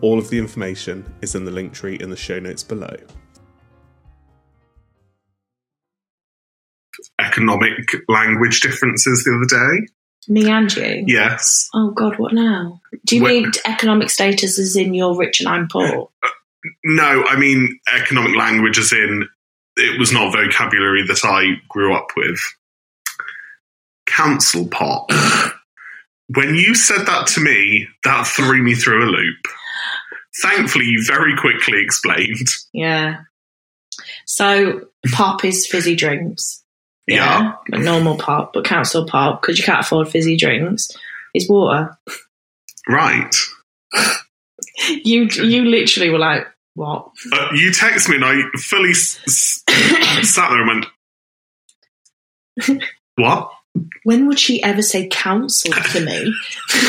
All of the information is in the link tree in the show notes below. Economic language differences the other day? Me and you. Yes. Oh God, what now? Do you Wait. mean economic status as in you're rich and I'm poor? No, I mean economic language as in it was not vocabulary that I grew up with. Council pot. when you said that to me, that threw me through a loop. Thankfully, you very quickly explained. Yeah. So pop is fizzy drinks. Yeah. But normal pop, but council pop because you can't afford fizzy drinks is water. Right. You you literally were like what? Uh, you text me and I fully s- s- sat there and went, What? when would she ever say council to me?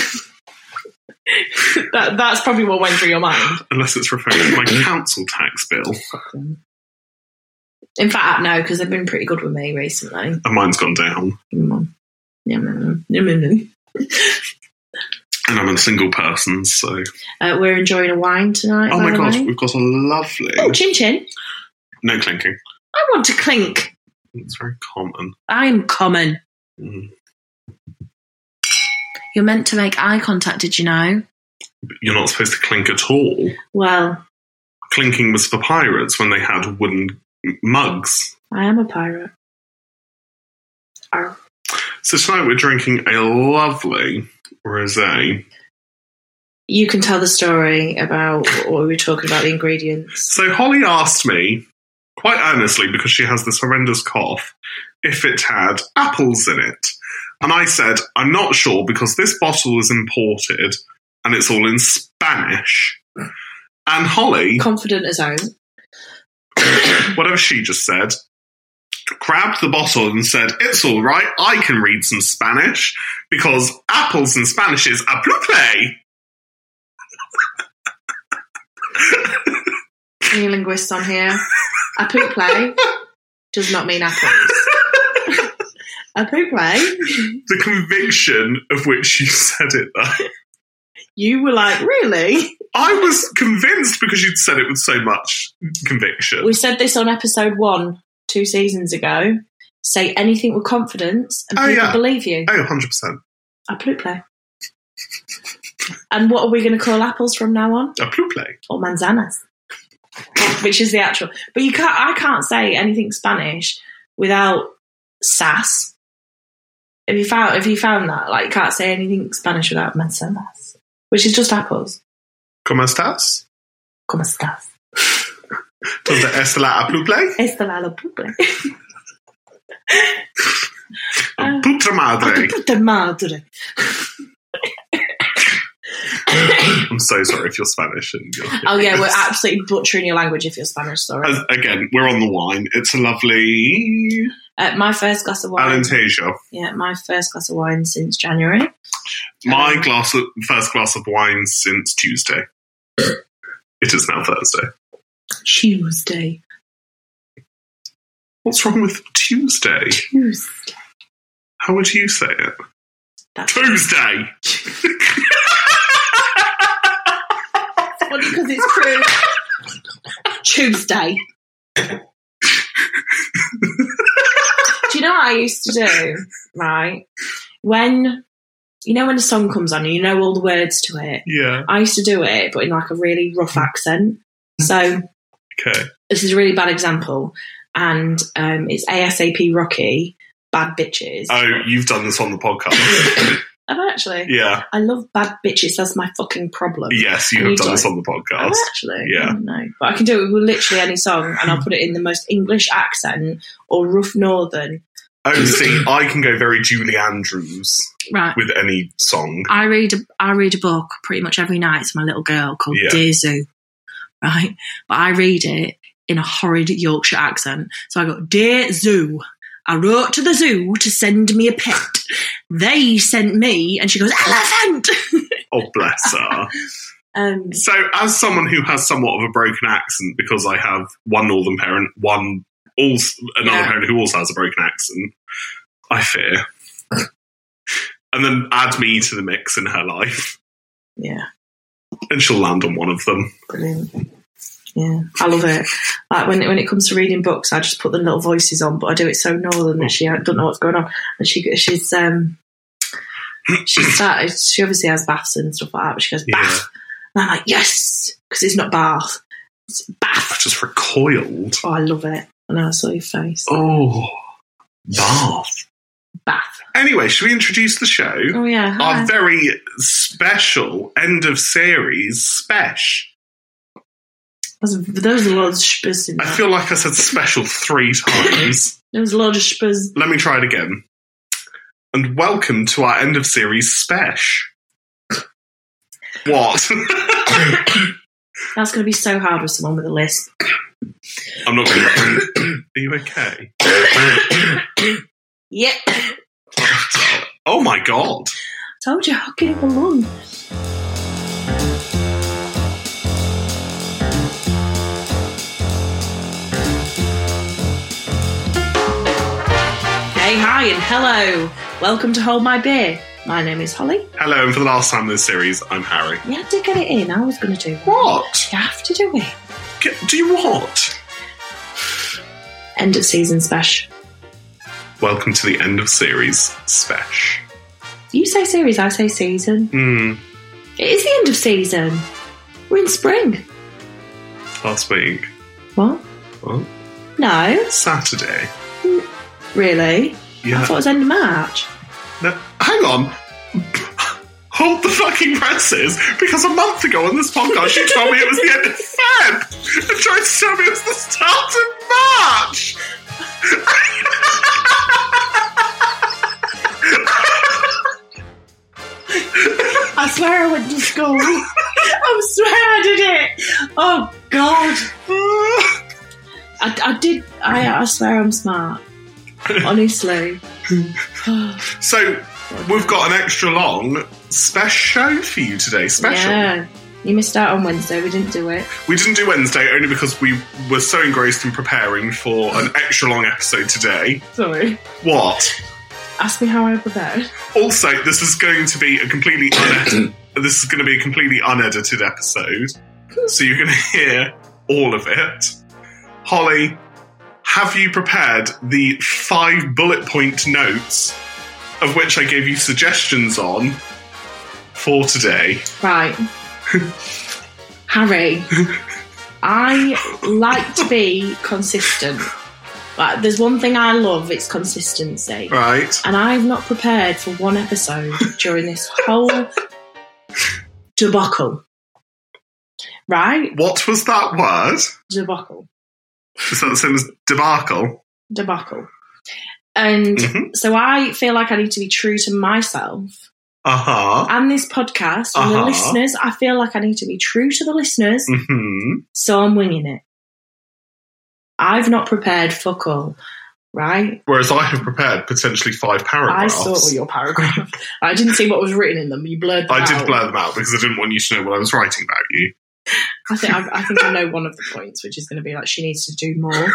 that, that's probably what went through your mind. Unless it's referring to my council tax bill. In fact, no, because they've been pretty good with me recently. And mine's gone down. Mm. Yum, yum, yum, yum. And I'm a single person, so. Uh, we're enjoying a wine tonight. Oh by my the god, way. we've got a lovely. Oh, chin chin. No clinking. I want to clink. It's very common. I'm common. Mm. You're meant to make eye contact, did you know? You're not supposed to clink at all. Well, Clinking was for pirates when they had wooden m- mugs. I am a pirate. Arr. So tonight we're drinking a lovely rosé. You can tell the story about what we were talking about the ingredients. So Holly asked me, quite earnestly, because she has this horrendous cough, if it had apples in it. And I said, I'm not sure because this bottle was imported and it's all in Spanish. And Holly Confident as own. whatever she just said, grabbed the bottle and said, It's all right, I can read some Spanish because apples in Spanish is apluple. Any linguists on here? A poop play does not mean apples. a poop play. The conviction of which you said it, though. You were like, really? I was convinced because you'd said it with so much conviction. We said this on episode one, two seasons ago. Say anything with confidence and Oh, people yeah. believe you. Oh, 100%. A poop play. and what are we going to call apples from now on? Apluple. Or manzanas, which is the actual. But you can't. I can't say anything Spanish without sass. If you found, if you found that, like you can't say anything Spanish without manzanas, which is just apples. ¿Cómo estás? Como estás? ¿Dónde está la apluple? Esta la la puta. Puta madre. Puta madre. I'm so sorry if you're Spanish and you're. Oh yeah, we're absolutely butchering your language if you're Spanish. Sorry. As- Again, we're on the wine. It's a lovely Uh, my first glass of wine. Alentejo. Yeah, my first glass of wine since January. My Um, glass of, first glass of wine since Tuesday. it is now Thursday. Tuesday. What's wrong with Tuesday? Tuesday. How would you say it? That's Tuesday. funny because it's true. Tuesday. do you know what I used to do? Right. When you know when a song comes on and you know all the words to it. Yeah. I used to do it, but in like a really rough accent. So Okay. this is a really bad example. And um, it's ASAP Rocky, Bad Bitches. Oh, you've done this on the podcast. I've actually. Yeah. I love bad bitches. That's my fucking problem. Yes, you And have you done do. this on the I've podcast. actually. Yeah. No, but I can do it with literally any song, and I'll put it in the most English accent or rough northern. Oh, see, I can go very Julie Andrews Right. with any song. I read a, I read a book pretty much every night to my little girl called Yeah. Dear Zoo, right? But I read it in a horrid Yorkshire accent. So I go, Dear Zoo, I wrote to the zoo to send me a pet. They sent me, and she goes, elephant. Oh, bless her. Um, So, as someone who has somewhat of a broken accent, because I have one northern parent, one also, another Yeah. parent who also has a broken accent, I fear. and then add me to the mix in her life, Yeah, and she'll land on one of them. brilliant. Yeah, I love it. Like when when it comes to reading books, I just put the little voices on, but I do it so northern that she don't know what's going on, and she she's um she started. She obviously has baths and stuff like that, but she goes Yeah. bath, and I'm like yes, because it's not bath, it's I bath. just recoiled. Oh, I love it. And I saw your face. Oh, bath. Bath. Anyway, should we introduce the show? Oh yeah. hi. Our very special end of series spesh. That's- There was a lot of spurs in I there. feel like I said special three times. there was a lot of spurs. Let me try it again. And welcome to our end of series spesh. What? That's going to be so hard with someone with a lisp. I'm not going to. Are you okay? Yep. Oh my god. Told you, I'll get it along. Hey, hi, and hello. Welcome to Hold My Beer. My name is Holly. Hello, and for the last time in this series, I'm Harry. You had to get it in. I was going to do it. What? You have to do it. Get- Do you what? End of season special. Welcome to the end of series spesh. You say series, I say season. Hmm, It is the end of season. We're in spring. last week. What? What? No, Saturday. really? I Yeah. thought it was end of March. No, hang on. Hold the fucking presses, because a month ago on this podcast you told me it was the end of Feb and tried to tell me it was the start of March. I swear I went to school. I swear I did it. Oh God, I, I did. I, I swear I'm smart. Honestly. so we've got an extra long special show for you today. Special. Yeah, you missed out on Wednesday. We didn't do it. We didn't do Wednesday only because we were so engrossed in preparing for an extra long episode today. Sorry. What? Ask me how I prepared. Also, this is going to be a completely unedited. this is going to be a completely unedited episode, so you're going to hear all of it. Holly, have you prepared the five bullet point notes of which I gave you suggestions on for today? Right, Harry. I like to be consistent. Like, there's one thing I love. It's consistency. Right? and I've not prepared for one episode during this whole debacle. Right? What was that word? Debacle. Is that the same as debacle? Debacle. And Mm-hmm. so I feel like I need to be true to myself Uh huh. and this podcast and Uh-huh. the listeners. I feel like I need to be true to the listeners, Mm-hmm. so I'm winging it. I've not prepared fuck all, right? Whereas I have prepared potentially five I paragraphs. saw your paragraph. I didn't see what was written in them. You blurred. them I out. did blur them out because I didn't want you to know what I was writing about you. I think I, I think I know one of the points, which is going to be like she needs to do more.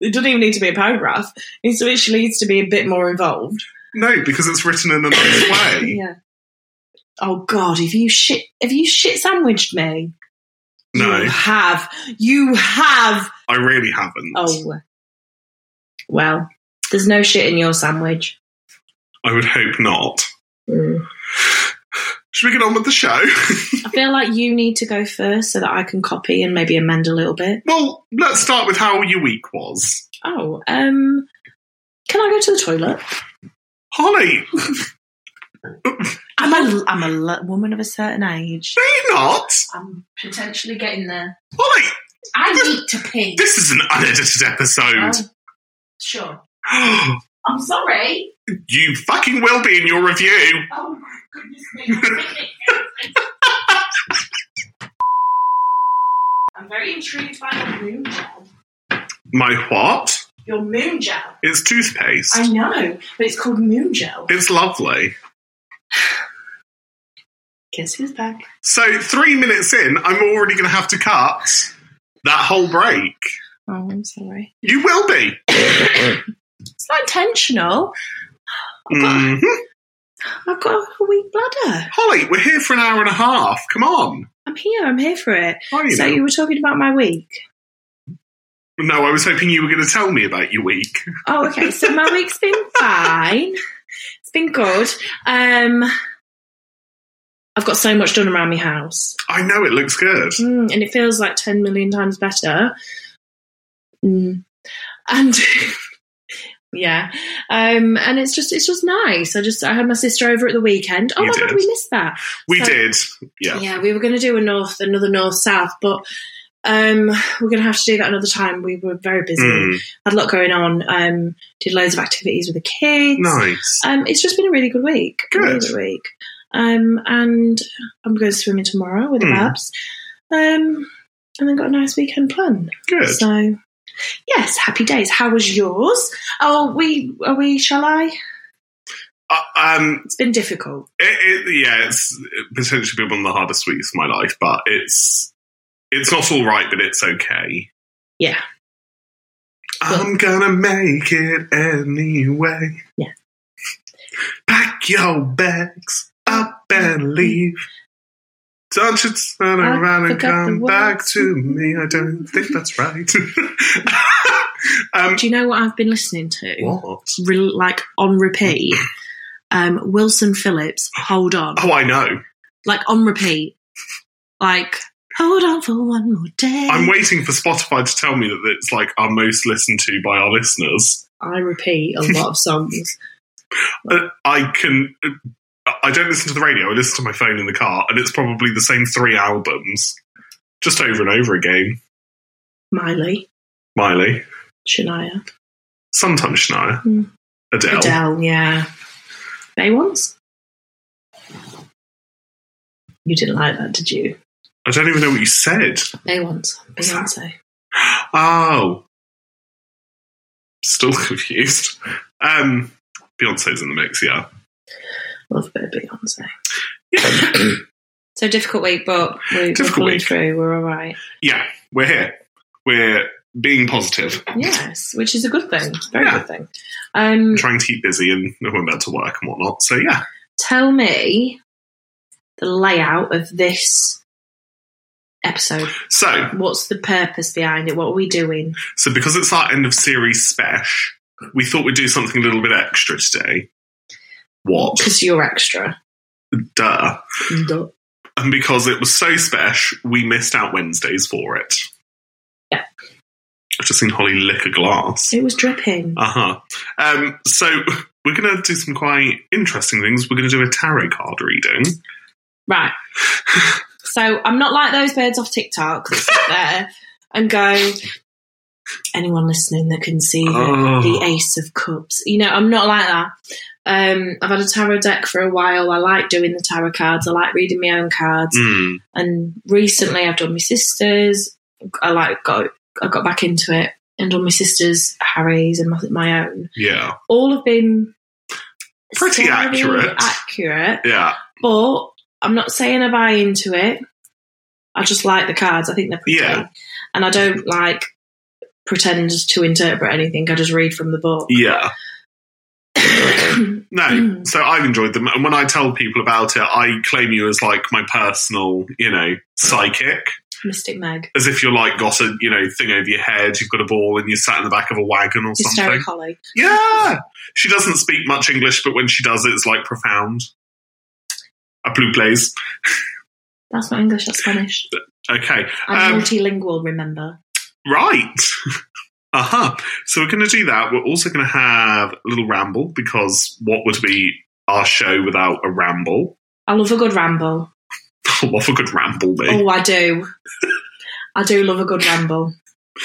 it doesn't even need to be a paragraph. It's literally needs to be a bit more involved. No, because it's written in a nice way. Yeah. Oh God, have you shit? Have you shit sandwiched me? No, You have. You have. I really haven't. Oh. Well, there's no shit in your sandwich. I would hope not. Mm. Should we get on with the show? I feel like you need to go first so that I can copy and maybe amend a little bit. well, let's start with how your week was. Oh, um, can I go to the toilet? Holly, I'm a, I'm a l- woman of a certain age. no, you're not. I'm potentially getting there. Holly, I need to pee. Oh, this is an unedited episode. sure. Oh. I'm sorry. you fucking will be in your review. Oh my goodness me. I'm very intrigued by your moon gel. My what? Your moon gel. It's toothpaste. I know, but it's called moon gel. it's lovely. Guess who's back? So three minutes in, I'm already going to have to cut that whole break. Oh, I'm sorry. You will be. It's not intentional. Mhm. I've got a weak bladder. Holly, we're here for an hour and a half. Come on. I'm here. I'm here for it. Are you so now? you were talking about my week. No, I was hoping you were going to tell me about your week. Oh, okay. So my week's been fine. It's been good. Um, I've got so much done around my house, I know it looks good. Mm, and it feels like ten million times better. Mm. And yeah, um, and it's just it's just nice. I just I had my sister over at the weekend. Oh You my god, did. we missed that. We So- did. Yeah. we were going to do a north, another north south, but um, we're going to have to do that another time. We were very busy, Mm, had a lot going on. Um, did loads of activities with the kids. nice. Um, it's just been a really good week. a Really Good. good week. Um, and I'm going swimming tomorrow with the Hmm. Babs. Um, and I've got a nice weekend planned. Good. So, yes, happy days. How was yours? Oh, we are we? Shall I? Uh, um, It's been difficult. it, it, yeah, it's potentially been one of the hardest weeks of my life, but it's it's not all right, but it's okay. Yeah. I'm gonna make it anyway. Yeah. Pack your bags up and leave. Don't you turn Mm-hmm. I around and forgot come the back words. to me. I don't think that's right. um, Do you know what I've been listening to? what? Re- like on repeat. Um, Wilson Phillips, hold on. Oh, I know. Like on repeat. Like, hold on for one more day. I'm waiting for Spotify to tell me that it's like our most listened to by our listeners. I repeat a lot of songs. Uh, I can. uh, I don't listen to the radio. I listen to my phone in the car, and it's probably the same three albums, just over and over again. Miley, Miley, Shania, sometimes Shania, Hmm. Adele. Adele, yeah. They once. You didn't like that, did you? I don't even know what you said. They once. Beyonce. Oh, still confused. Um, Beyonce's in the mix. Yeah, Love a bit of Beyonce. yeah, So difficult week, but we're, we're Difficult pulling week. through. We're all right. yeah. We're here. We're being positive. Yes, which is a good thing. Very Yeah. good thing. Um, Trying to keep busy and going back to work and whatnot. So yeah, tell me the layout of this episode. so What's the purpose behind it? What are we doing? So because it's our end of series special, we thought we'd do something a little bit extra today. What? Because you're extra. Duh. Duh. And because it was so special, we missed out Wednesdays for it. Yeah. I've just seen Holly lick a glass. It was dripping. Uh huh. Um, so we're going to do some quite interesting things. We're going to do a tarot card reading. Right. So I'm not like those birds off TikTok that sit there and go, anyone listening that can see the, the Oh, Ace of Cups. You know, I'm not like that. Um, I've had a tarot deck for a while. I like doing the tarot cards. I like reading my own cards. mm, And recently, I've done my sister's. I like got I got back into it and done my sister's, Harry's, and my, my own. yeah. All have been Pretty slightly accurate. Accurate Yeah. but I'm not saying I buy into it. I just like the cards. I think they're pretty. Yeah. And I don't like pretend to interpret anything. I just read from the book. Yeah. yeah. No, Mm. so I've enjoyed them, and when I tell people about it, I claim you as like my personal, you know, psychic, Mystic Meg. as if you're like got a you know thing over your head, you've got a ball, and you're sat in the back of a wagon or Hysteric something. Holly. Yeah, she doesn't speak much English, but when she does, it's like profound. A blue blaze. That's not English, that's Spanish. Okay, I'm Um, multilingual, remember. right. Aha. So we're going to do that. We're also going to have a little ramble because what would be our show without a ramble? I love a good ramble. what would a good ramble eh? be? Oh, I do. I do love a good ramble.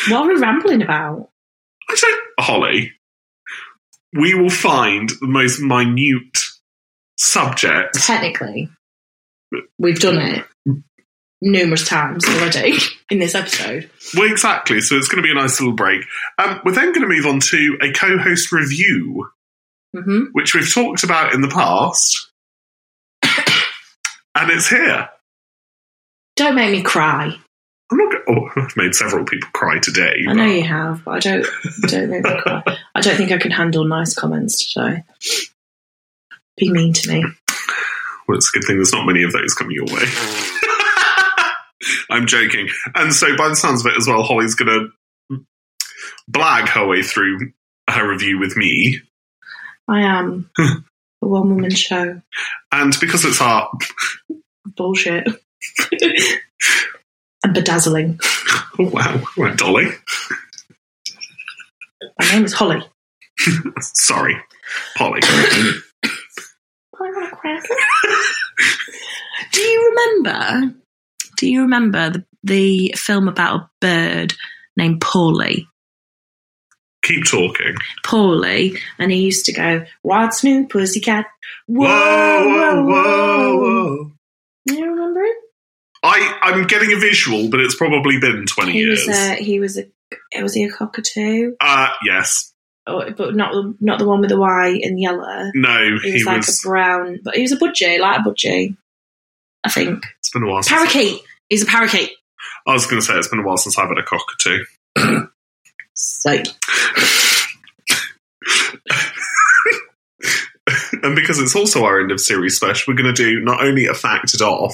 What are we rambling about? I don't, Holly. We will find the most minute subject. Technically, we've done it Mm. numerous times already in this episode. Well, exactly. So it's going to be a nice little break. Um, we're then going to move on to a co-host review, hmm which we've talked about in the past, and it's here. Don't make me cry. I'm not. go- Oh, I've made several people cry today. I know you have, but I don't. Don't make me cry. I don't think I can handle nice comments today. Be mean to me. Well, it's a good thing there's not many of those coming your way. I'm joking. And so, by the sounds of it as well, Holly's going to blag her way through her review with me. I am a one woman show. And because it's our Bullshit. and bedazzling. oh wow, right, Dolly, My name is Holly. sorry, Polly. I want to crack. Do you remember? Do you remember the, the film about a bird named Paulie? Keep talking. Paulie, And he used to go, What's new, pussycat? Whoa, Whoa, whoa, whoa, whoa. whoa. You remember him? I I'm getting a visual, but it's probably been 20 He was uh, years. a, he was a, was he a cockatoo? uh, yes, Oh, but not the, not the one with the white and yellow. no, He was he like was. a brown, but he was a budgie, like a budgie, I think. It's been a while. Since, parakeet. He's a parakeet. I was going to say it's been a while since I've had a cockatoo. So, And because it's also our end of series special, we're going to do not only a facted off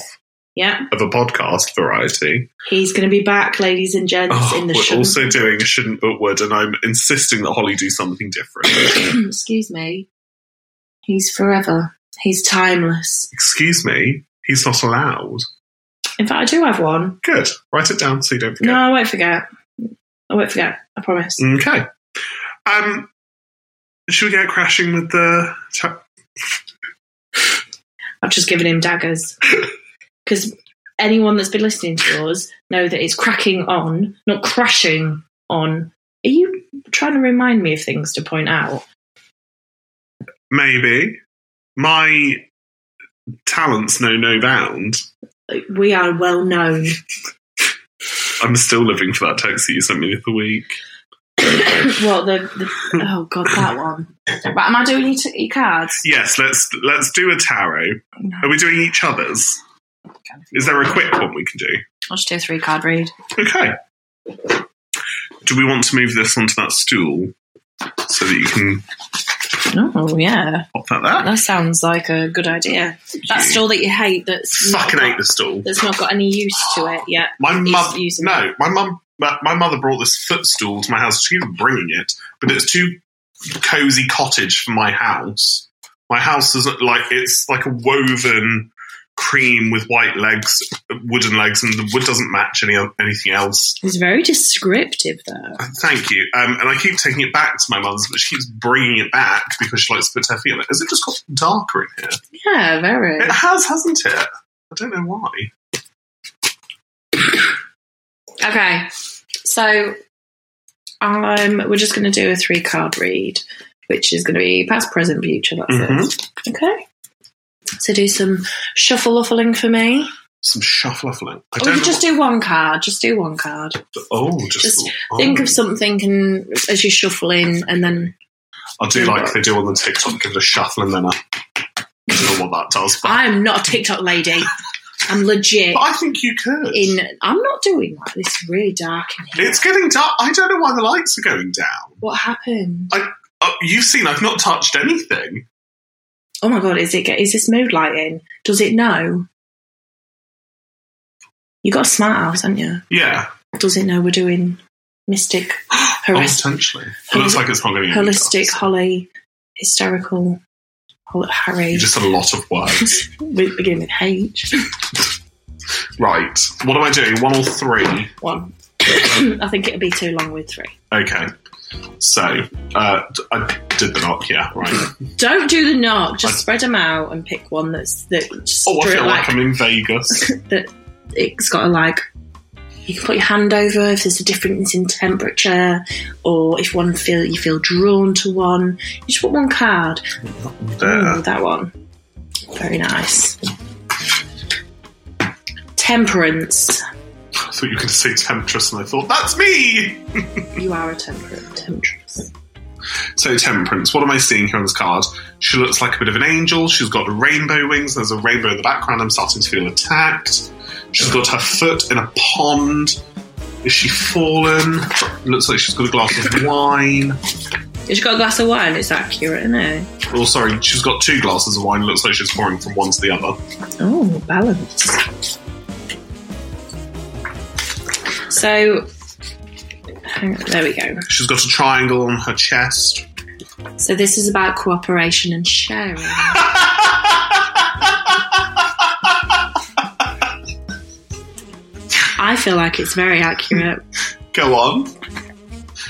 yeah, of a podcast variety, he's going to be back, ladies and gents, oh, in the we're show. also doing a shouldn't but would, and I'm insisting that Holly do something different. Excuse me. He's forever. He's timeless. Excuse me, he's not allowed. In fact, I do have one. Good. Write it down so you don't forget. No, I won't forget. I won't forget. I promise. Okay. Um, should we get crashing with the? Ta- I've just given him daggers. Because anyone that's been listening to us know that it's cracking on, not crashing on. Are you trying to remind me of things to point out? Maybe my talents know no bound. We are well known. I'm still living for that text that you sent me the other week. well, the, the oh god, that one. But am I doing your, t- your cards? Yes, let's let's do a tarot. No. Are we doing each other's? Is there a quick one we can do? I'll just do a three card read. Okay. Do we want to move this onto that stool so that you can Oh yeah, pop that there? that sounds like a good idea. That stool that you hate that's not Fucking got- hate the stool. that's not got any use to it yet. My He's mother, using no, my mum, my, my mother brought this footstool to my house. She was bringing it, but it's too cozy cottage for my house. My house is like it's like a woven cream with white legs, wooden legs, and the wood doesn't match any anything else. It's very descriptive though. Thank you. Um, and I keep taking it back to my mum's, but she keeps bringing it back because she likes to put her feet on it. Has it just got darker in here? Yeah, very. It has, hasn't it? I don't know why. Okay, so um, we're just going to do a three card read, which is going to be past, present, future. That's Mm-hmm. it. Okay. So do some shuffle uffling for me. Some shuffle shuffling. I Or don't you know. just do one card. Just do one card. what- oh, just, just oh. Think of something and as you shuffle in, and then I'll do like they do on the TikTok, give it a shuffle and then a. I don't know what that does, but I, I'm not a TikTok lady. I'm legit. but I think you could. In I'm not doing that. This is really dark in here. it's getting dark. I don't know why the lights are going down. what happened? Oh, you've seen I've not touched anything. Oh my god! Is it is this mood lighting? Does it know? You got a smart house, haven't you? Yeah, does it know we're doing mystic, oh, holistic, potentially. It looks like it's not going to get any holistic darker. holly, hysterical, hol- Harry, You just had a lot of words. with, beginning with H. right. What am I doing? One or three? One. I think it'll be too long with three. Okay. So uh, I did the knock. Yeah, right. Don't do the knock. Just I- spread them out and pick one that's that. Just Oh, I drew it feel like like I'm in Vegas. it's got to like you can put your hand over if there's a difference in temperature or if one feel you feel drawn to one you just want one card There. Ooh, that one very nice temperance I thought you were going to say temptress, and I thought that's me. you are a temperate temperance So temperance. What am I seeing here on this card? She looks like a bit of an angel. She's got rainbow wings. There's a rainbow in the background. I'm starting to feel attacked. She's got her foot in a pond. Is she fallen? Looks like she's got a glass of wine. if you've got a glass of wine it's accurate isn't it Oh, sorry, she's got two glasses of wine. Looks like she's pouring from one to the other. oh balance so hang on, there we go She's got a triangle on her chest. So this is about cooperation and sharing. I feel like it's very accurate. Go on.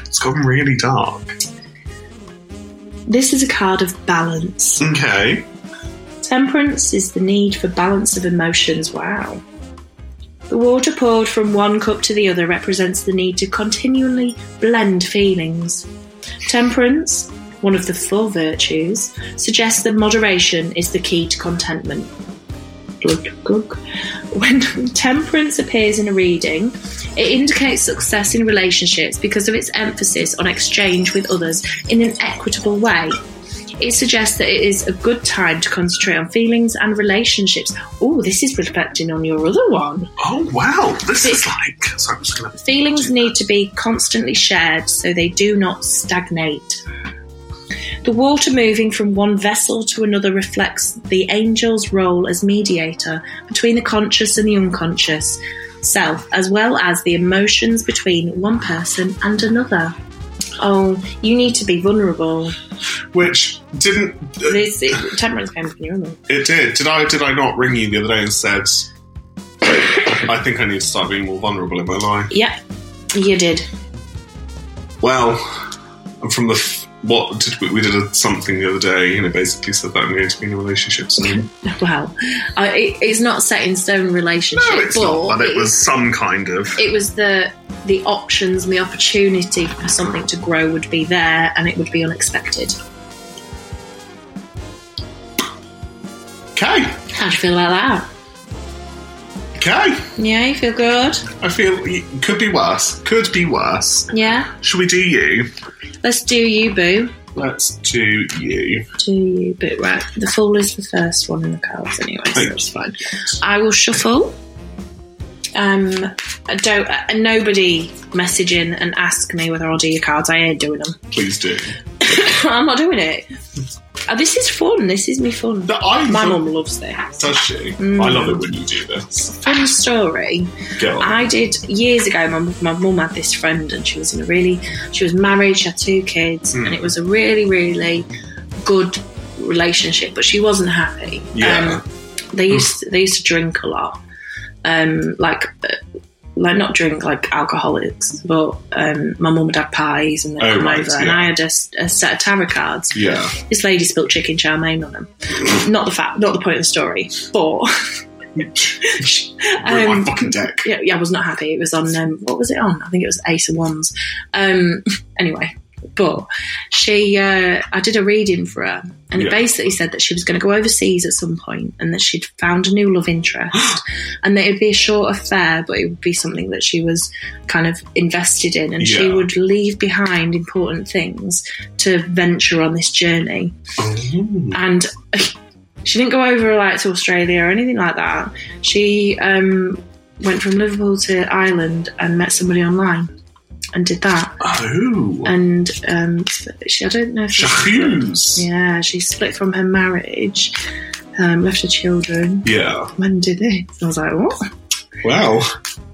It's gone really dark. This is a card of balance. Okay. Temperance is the need for balance of emotions. Wow. The water poured from one cup to the other represents the need to continually blend feelings. Temperance, one of the four virtues, suggests that moderation is the key to contentment. Glug, glug. When temperance appears in a reading, it indicates success in relationships because of its emphasis on exchange with others in an equitable way. It suggests that it is a good time to concentrate on feelings and relationships. Oh, this is reflecting on your other one. Oh wow, this is like. So I'm just gonna. Feelings need to be constantly shared so they do not stagnate. The water moving from one vessel to another reflects the angel's role as mediator between the conscious and the unconscious self, as well as the emotions between one person and another. Oh, you need to be vulnerable. Which didn't uh, This it, temperance came from you, wasn't it? it did? Did I did I not ring you the other day and said? I think I need to start being more vulnerable in my life. Yep, you did. Well, I'm from the f- what did we, we did a, something the other day, and it basically said that I'm going to be in a relationship soon. Well, I, it, it's not set in stone relationship, no, it's but not. But it was some kind of. it was the the options and the opportunity for something to grow would be there, and it would be unexpected. Okay, How do you feel about that? okay. Yeah, you feel good. I feel it could be worse. Could be worse. Yeah, Should we do you? let's do you, boo. Let's do you. Do you, boo? Right, the fool is the first one in the cards, anyway, so Thank it's fine. I will shuffle. Um, I don't uh, nobody message in and ask me whether I'll do your cards. I ain't doing them. Please do. I'm not doing it. Oh, this is fun. This is me fun. No, I My love- mum loves this. Does she? Mm. I love it when you do this. Fun story. Go on. I did years ago. My my mum had this friend, and she was in a really. She was married. She had two kids, Mm. and it was a really really good relationship. But she wasn't happy. Yeah. Hmm. Um, they used they used to drink a lot. Um, like. uh, Like not drink like alcoholics, but um, my mum would have pies and they'd Oh, come right, over, and yeah. I had a, s- a set of tarot cards, yeah. this lady spilt chicken chow mein on them. Not the fact, not the point of the story, but Ruin my um, fucking deck. yeah, yeah, I was not happy. It was on um, what was it on? I think it was Ace of Wands. Um, anyway, but she, uh, I did a reading for her, and Yeah. it basically said that she was going to go overseas at some point, and that she'd found a new love interest, and that it'd be a short affair, but it would be something that she was kind of invested in, and she Yeah. would leave behind important things to venture on this journey and she didn't go over like to Australia or anything like that. She um, went from Liverpool to Ireland and met somebody online and did that. Oh. And um, she, I don't know if she, Shahoo's. yeah, she split from her marriage, um, left her children. Yeah. When did this? I was like, what? Wow.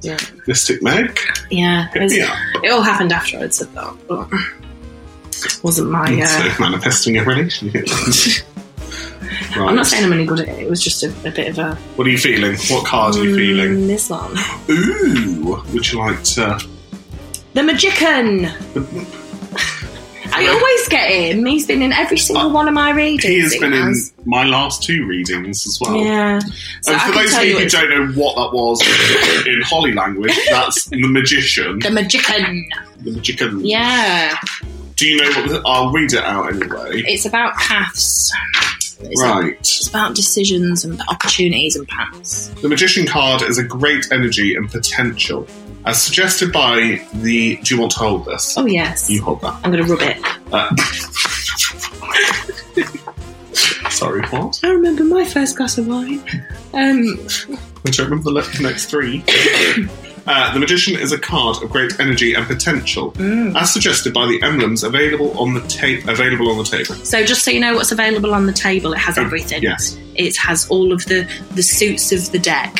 Yeah. Mystic Meg. Yeah, it, was- Yeah. it all happened afterwards. I thought, but it wasn't my. Uh, So manifesting a relationship. right. I'm not saying I'm any good at it. It was just a, a bit of a. What are you feeling? What card are you Mm, feeling? This one, Ooh. Would you like to? the magician. I always get him. He's been in every single one of my readings. He has been in has. my last two readings as well. Yeah. So and I for can those tell of you you, who it's don't know what that was in Holly language, that's the magician. the magician. The magician. Yeah, Do you know what? The, I'll read it out anyway. it's about paths. It's Right. It's about decisions and opportunities and paths. The Magician card is a great energy and potential. As suggested by the Do you want to hold this? Oh yes, You hold that. I'm going to rub it. Sorry, what? I remember my first glass of wine. Um, I don't remember the le- next three. Uh, the Magician is a card of great energy and potential, Mm. as suggested by the emblems available on the tape. Available on the table. so just so you know what's available on the table, it has everything. Yes. It has all of the the suits of the deck.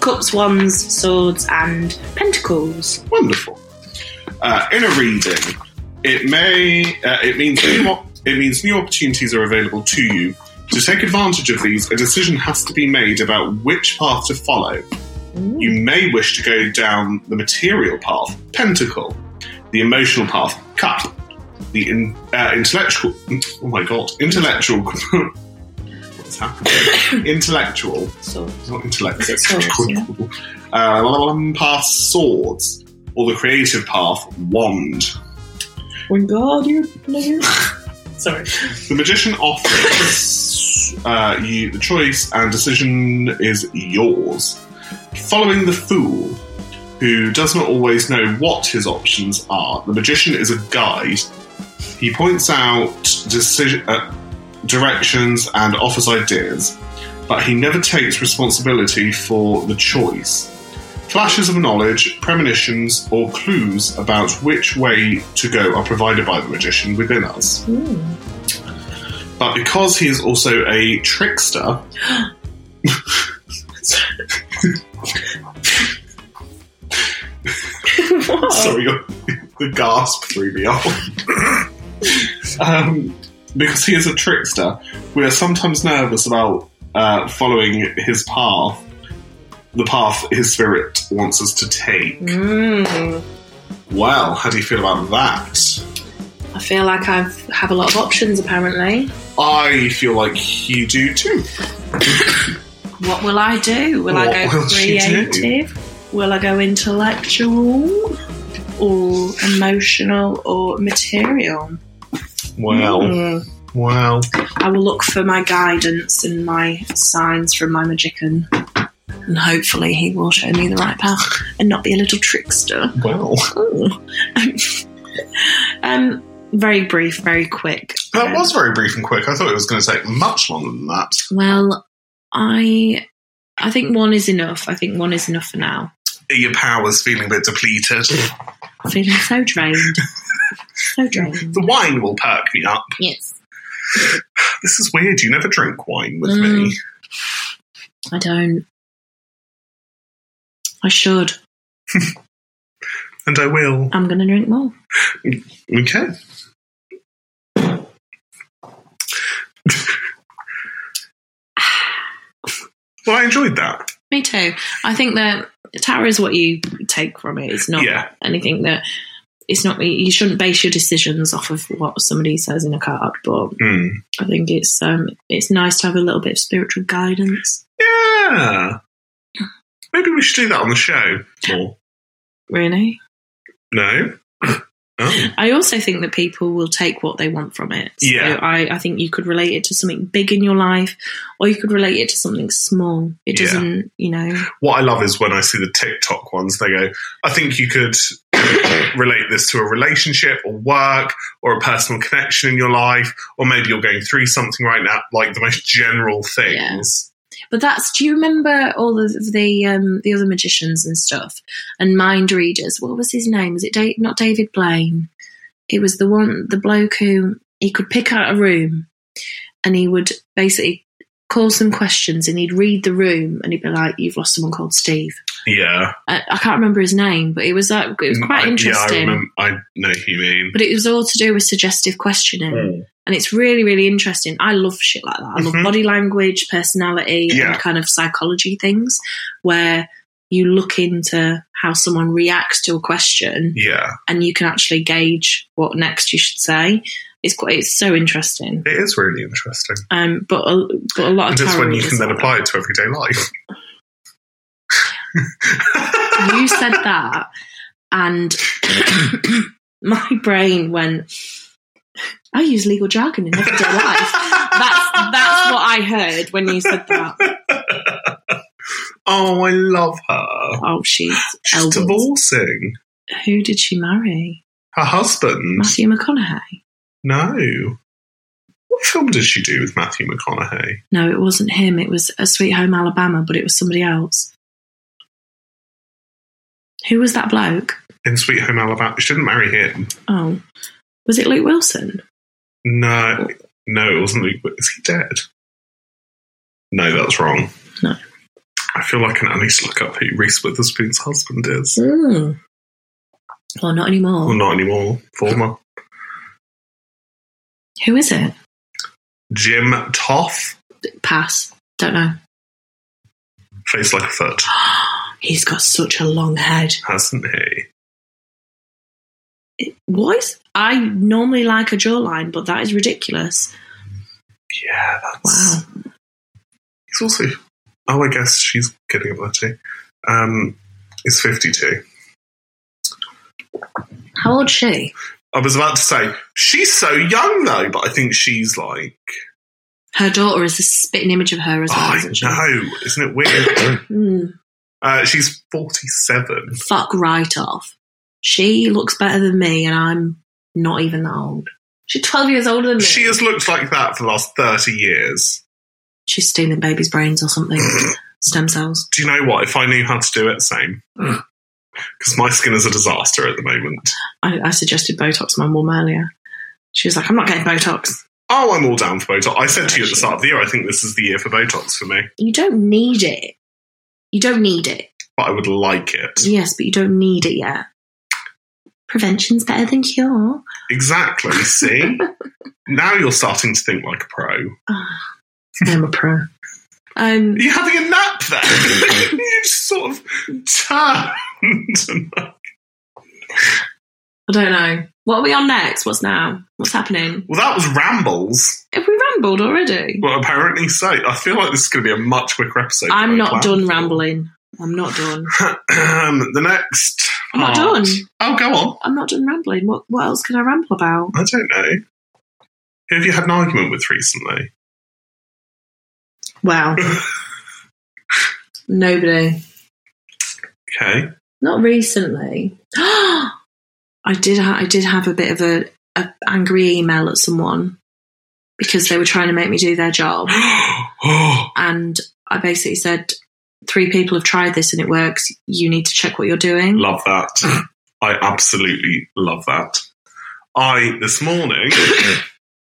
Cups, wands, swords, and pentacles. Wonderful. Uh, in a reading, it may uh, it means new op- it means new opportunities are available to you. To take advantage of these, a decision has to be made about which path to follow. You may wish to go down the material path, pentacle, the emotional path, cup, the in, uh, intellectual. Oh my god, intellectual. What's happening? intellectual So oh not intellect. Is it swords, yeah? Uh, um, path swords or the creative path wand. when God you know. Sorry. The magician offers uh, you the choice, and decision is yours. Following the fool, who does not always know what his options are, the magician is a guide. He points out decision, uh, directions and offers ideas, but he never takes responsibility for the choice. Flashes of knowledge, premonitions, or clues about which way to go are provided by the magician within us Hmm. but because he is also a trickster, What? sorry, your- the gasp threw me off. um, because he is a trickster, we are sometimes nervous about uh, following his path, the path his spirit wants us to take. Mm. Well, how do you feel about that? I feel like I've have a lot of options apparently. I feel like you do too. What will I do? Will What I go will she do? creative? Will I go intellectual or emotional or material? Well, Mm. well. I will look for my guidance and my signs from my magician. And hopefully he will show me the right path and not be a little trickster. Well, Um, very brief, very quick. Um, that was very brief and quick. I thought it was going to take much longer than that. Well, I I think one is enough. I think one is enough for now. Are your powers feeling a bit depleted? Feeling so drained. so drained. The wine will perk me up. Yes. This is weird. You never drink wine with Mm. me. I don't. I should. And I will. I'm going to drink more. Okay. well, I enjoyed that. Me too. I think that tarot is what you take from it. It's not Yeah. anything that it's not. You shouldn't base your decisions off of what somebody says in a card. But Mm. I think it's um, it's nice to have a little bit of spiritual guidance. Yeah. Maybe we should do that on the show. Or Really, no? Oh. I also think that people will take what they want from it. So Yeah. I, I think you could relate it to something big in your life, or you could relate it to something small. It Yeah. doesn't, you know. What I love is when I see the TikTok ones. They go, "I think you could relate this to a relationship or work or a personal connection in your life, or maybe you're going through something right now, like the most general things." But that's. Do you remember all of the um, the other magicians and stuff and mind readers? What was his name? Was it da- not David Blaine? It was the one, the bloke who he could pick out a room, and he would basically call some questions, and he'd read the room, and he'd be like, "You've lost someone called Steve." Yeah, I, I can't remember his name, but it was like it was quite Mm, I- interesting. Yeah, I, remember, I know who you mean. but it was all to do with suggestive questioning. Mm. And it's really, really interesting. I love shit like that. I love Mhm. body language, personality, Yeah. and kind of psychology things where you look into how someone reacts to a question Yeah, and you can actually gauge what next you should say. It's quite, it's so interesting. it is really interesting. Um, but a, but a lot of And it's tarot when you readers can then are like apply it to everyday life. that. You said that, and my brain went. I use legal jargon in everyday life. That's that's what I heard when you said that. Oh, I love her. Oh, she's She's elderly. divorcing Who did she marry? her husband. Matthew McConaughey. No. What film did she do with Matthew McConaughey? No, it wasn't him. It was a Sweet Home Alabama, but it was somebody else. Who was that bloke? In Sweet Home Alabama. She didn't marry him. Oh, was it Luke Wilson? No, no, it wasn't Luke. Is he dead? No, that's wrong. No. I feel like I can at least look up who Reese Witherspoon's husband is. Mm. Well, not anymore. Well, not anymore. Former. Who is it? Jim Toff. Pass. Don't know. Face like a foot, He's got such a long head. hasn't he? What is? I normally like a jawline, but that is ridiculous. Yeah, that's. Wow. He's also. Oh, I guess she's getting up there too. Um, he's 52. How old's she? I was about to say, she's so young though, but I think she's like. Her daughter is a spitting image of her as Oh, well, I isn't she? know. Isn't it weird? Mm, uh, she's 47. fuck right off. She looks better than me, and I'm not even that old. She's 12 years older than me. She has looked like that for the last 30 years. She's stealing babies' brains or something. Stem cells. Do you know what? If I knew how to do it, same. Because my skin is a disaster at the moment. I, I suggested Botox to my mum earlier. She was like, I'm not getting Botox. Oh, I'm all down for Botox. I said to you at the start of the year, I think this is the year for Botox for me, You don't need it. You don't need it. but I would like it. Yes, but you don't need it yet. Prevention's better than cure. Exactly. See? now you're starting to think like a pro. Ah, I'm a pro. Um, Are you having a nap then? you just sort of turned. and- I don't know. What are we on next? What's now? What's happening? well, that was rambles. Have we rambled already? Well, apparently so. I feel like this is going to be a much quicker episode. I'm than I not planned done for. rambling. I'm not done. um, the next. I'm not part- done. Oh, go on. I'm not done rambling. What what else can I ramble about? I don't know. Who have you had an argument with recently? Well, nobody. Okay. Not recently. I did. Ha- I did have a bit of a, a angry email at someone because they were trying to make me do their job, oh, and I basically said, three people have tried this and it works. You need to check what you're doing." love that. I absolutely love that. I, this morning,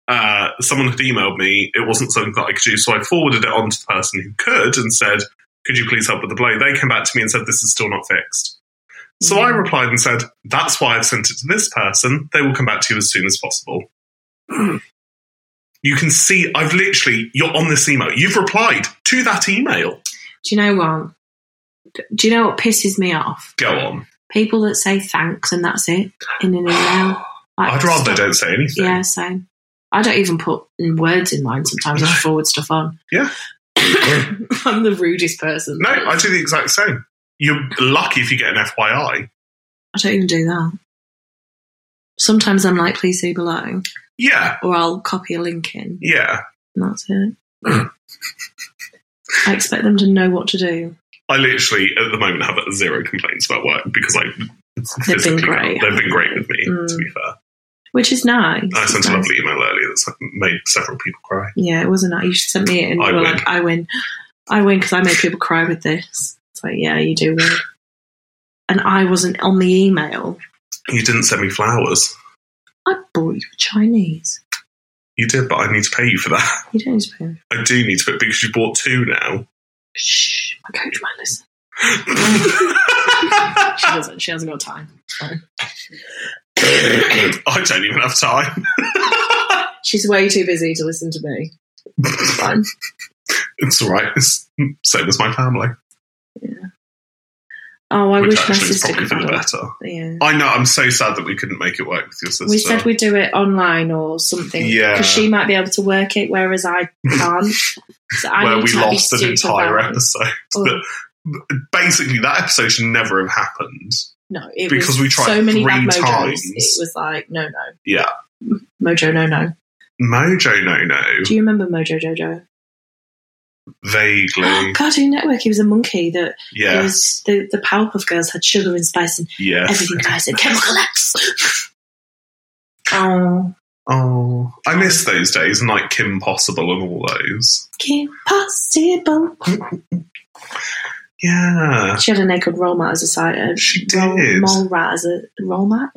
uh, someone had emailed me. It wasn't something that I could do, so I forwarded it on to the person who could and said, Could you please help with the blow? They came back to me and said, This is still not fixed. So I replied and said, That's why I've sent it to this person. They will come back to you as soon as possible. you can see, I've literally, you're on this email. You've replied to that email. Do you know what? Do you know what pisses me off? Go on. People that say thanks and that's it in an email. Like, I'd rather they stop. don't say anything. Yeah, same. I don't even put in words in mine sometimes. I just forward stuff on. Yeah. I'm the rudest person. No, I do the exact same. You're lucky if you get an FYI. I don't even do that. Sometimes I'm like, please see below, Yeah, or I'll copy a link in, yeah. and that's it. I expect them to know what to do. I literally at the moment have zero complaints about work because I They've been physically- great. They've been great with me. To Mm. be fair, Which is nice. I sent It's a nice. lovely email earlier that's made several people cry. Yeah, it wasn't that. You just sent me it and I you were win. like, I win. I win because I made people cry with this. It's like, yeah, you do win. And I wasn't on the email. You didn't send me flowers. I bought you Chinese. You did, but I need to pay you for that. You don't need to pay me. I do need to pay because you bought two now. Shh, my coach might listen. She I doesn't. She hasn't got time. don't even have time. She's way too busy to listen to me. It's fine. It's all right. It's same as my family. Oh, I which wish my actually is sister probably could for do the it. better. Yeah. I know. I'm so sad that we couldn't make it work with your sister. We said we'd do it online or something. Yeah. Because she might be able to work it, whereas I can't. So I where need we to, like, be lost an super entire balanced. episode. Oh. But basically, that episode should never have happened. No, it Because was we tried so many three bad mojos. times. It was like no, no. Yeah. Mojo, no, no. Mojo, no, no, Do you remember Mojo Jojo? vaguely. Cartoon Network. He was a monkey that Yeah, was the the Powerpuff Girls had sugar and spice and yeah. everything nice and chemical X. oh, Oh, I miss those days and like Kim Possible and all those. Kim Possible. Yeah, She had an egg called roll mat as a side. uh, She roll- did. Mole rat as a roll mat.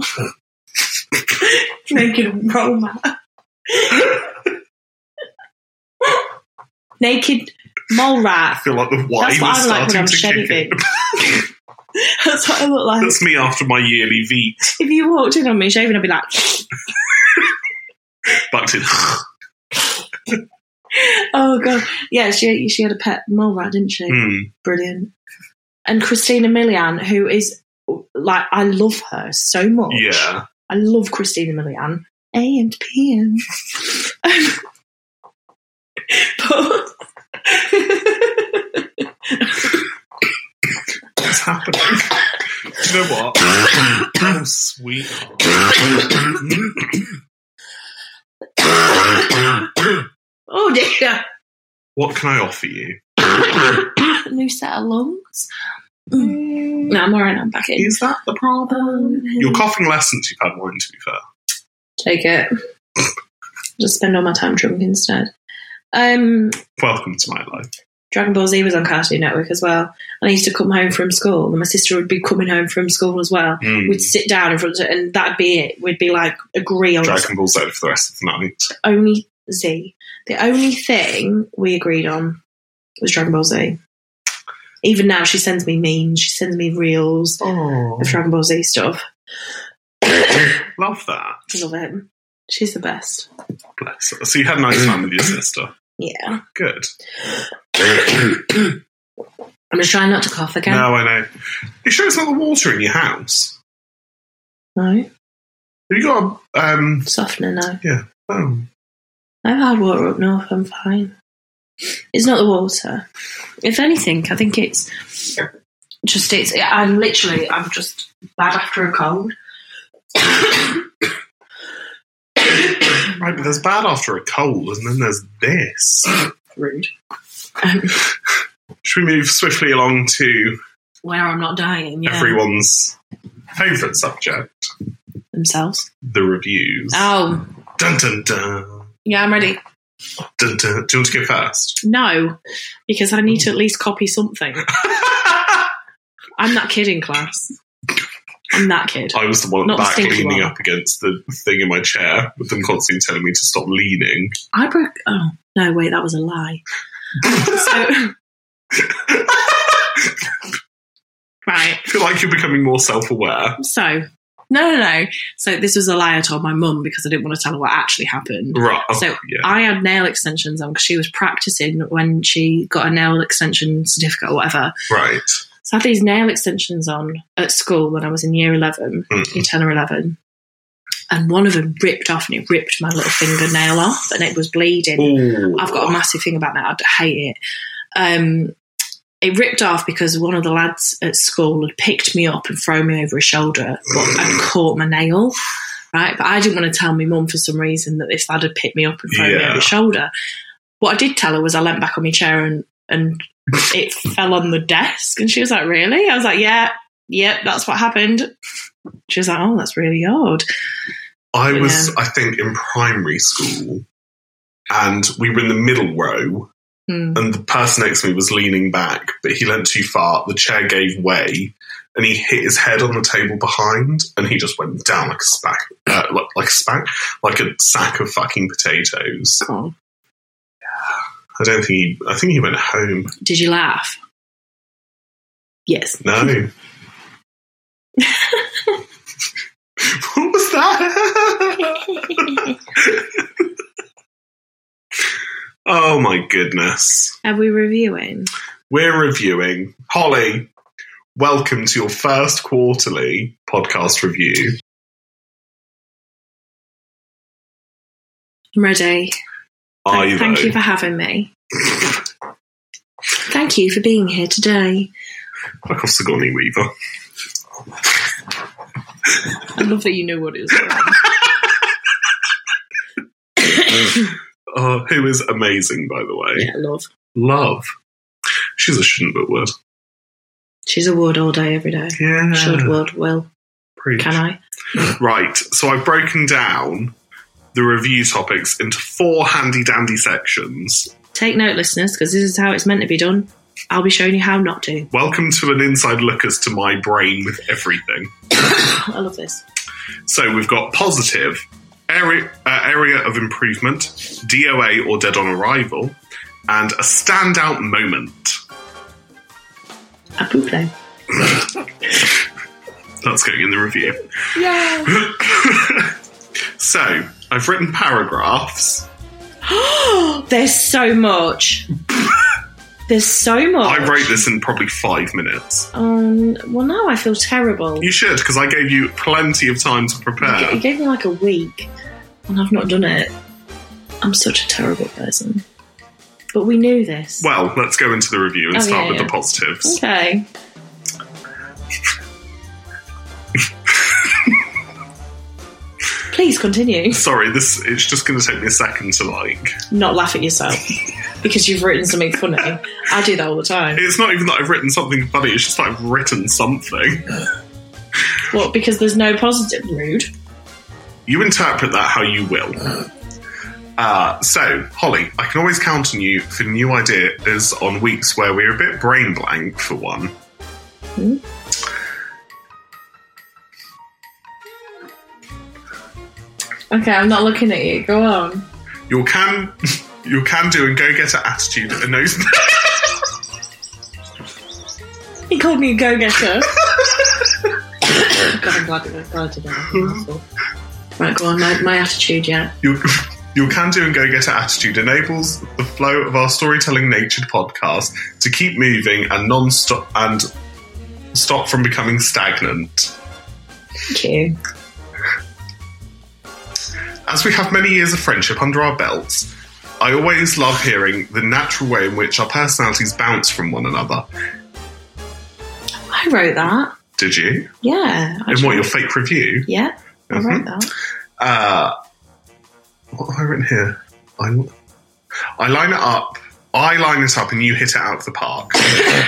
Naked roll mat. Naked mole I rat. feel like the wine That's is what I'm starting like when I'm to shaving. kick in. That's what I look like. That's me after my yearly V If you walked in on me shaving, I'd be like, back in. oh god, yeah. She she had a pet mole rat, didn't she? Hmm. Brilliant. And Christina Milian, who is like, I love her so much. Yeah, I love Christina Milian. A and P and. but what's happening? Do you know what? oh, sweetheart. oh dear, what can I offer you? new set of lungs. Mm. No, I'm alright. I'm back in. Is that the problem? You're coughing less since you've had wine, to be fair. Take it. Just spend all my time drunk instead. Um, Welcome to my life. Dragon Ball Z was on Cartoon Network as well. And I used to come home from school, and my sister would be coming home from school as well. Hmm. We'd sit down in front of it, and that'd be it. We'd be like, agree on Dragon Ball Z for the rest of the night. only Z. The only thing we agreed on was Dragon Ball Z. Even now, she sends me memes, she sends me reels Oh, of Dragon Ball Z stuff. love that. I love it. She's the best. Bless her. So you had a nice time with your sister. Yeah. Good. I'm just trying not to cough again. Now I know. You sure it's not the water in your house? No. Have you got a um? Softener now. Oh, I've had water up north, I'm fine. It's not the water. If anything, I think it's just it's. I'm literally, I'm just bad after a cold. right, but there's bad after a cold, and then there's this. Rude. Um, Should we move swiftly along to where I'm not dying. Yeah. everyone's favourite subject, Themselves. the reviews? Oh, Dun dun dun. yeah, I'm ready. Dun, dun. Do you want to go first? No, because I need to at least copy something. I'm that kid in class. I'm that kid. I was the one at Not the the back stinky leaning one. up against the thing in my chair with them constantly telling me to stop leaning. I broke. Oh no, wait, that was a lie. So, right. I feel like you're becoming more self aware. So, no, no, no. So this was a lie I told my mum because I didn't want to tell her what actually happened. Right. So Oh, yeah. I had nail extensions on because she was practicing when she got a nail extension certificate or whatever. Right. So I had these nail extensions on at school when I was in year 11, Mm. year 10 or 11. And one of them ripped off and it ripped my little fingernail off and it was bleeding. Ooh. I've got a massive thing about that. I hate it. Um, it ripped off because one of the lads at school had picked me up and thrown me over his shoulder, but I'd caught my nail. Right, but I didn't want to tell my mum for some reason that this lad had picked me up and thrown me Yeah. over his shoulder. What I did tell her was I leant back on my chair and and it fell on the desk, and she was like, "Really?" I was like, "Yeah, yep, that's what happened." She was like, "Oh, that's really odd." I was, I think, in primary school, and we were in the middle row, Hmm. and the person next to me was leaning back, but he leant too far. The chair gave way, and he hit his head on the table behind, and he just went down like a spack, uh, like, like a spack, like a sack of fucking potatoes. Oh, I don't think he. I think he went home. did you laugh? Yes. No. what was that? oh my goodness. Oh Are we reviewing? We're reviewing. Holly, Welcome to your first quarterly podcast review. I'm ready. Are you? Thank though? you for having me. Thank you for being here today. Fuck off, Sigourney Weaver. I love that you knew what it was. Uh, who is amazing, by the way. yeah, love. Love. She's a shouldn't but would. She's a would all day, every day. Yeah. Should, would, will. Preach. Can I? Right. So I've broken down the review topics into four handy dandy sections. Take note, listeners, because this is how it's meant to be done. I'll be showing you how not to. Welcome to an inside look as to my brain with everything. I love this. So we've got positive, area, uh, area of improvement, DOA or dead on arrival, and a standout moment. A poop name. That's going in the review. Yeah. So I've written paragraphs. There's so much. There's so much. I wrote this in probably five minutes. Um, well, now I feel terrible. You should, because I gave you plenty of time to It prepare. gave me like a week, and I've not done it. I'm such a terrible person. But we knew this. Well, let's go into the review and Oh, start yeah, with yeah. the positives. Okay. Please continue. Sorry, this it's just going to take me a second to like. Not laugh at yourself because you've written something funny. I do that all the time. It's not even that I've written something funny. It's just that I've written something. What? Because there's no positive. Rude. You interpret that how you will. Uh, so, Holly, I can always count on you for new ideas on weeks where we're a bit brain blank, for one. Hmm? Okay, I'm not looking at you. Go on. Your can, your can do and go getter attitude and those He called me a go getter. God, I'm glad that I'm glad I did that. Right, go on. My, my attitude, yeah. Your, your can do and go getter attitude enables the flow of our storytelling natured podcast to keep moving and non stop and stop from becoming stagnant. Thank you. As we have many years of friendship under our belts, I always love hearing the natural way in which our personalities bounce from one another. I wrote that. Did you? Yeah. I In what your tried. fake review? Yeah, I Mhm. wrote that. Uh, what have I written here? I, I line it up. I line it up, and you hit it out of the park,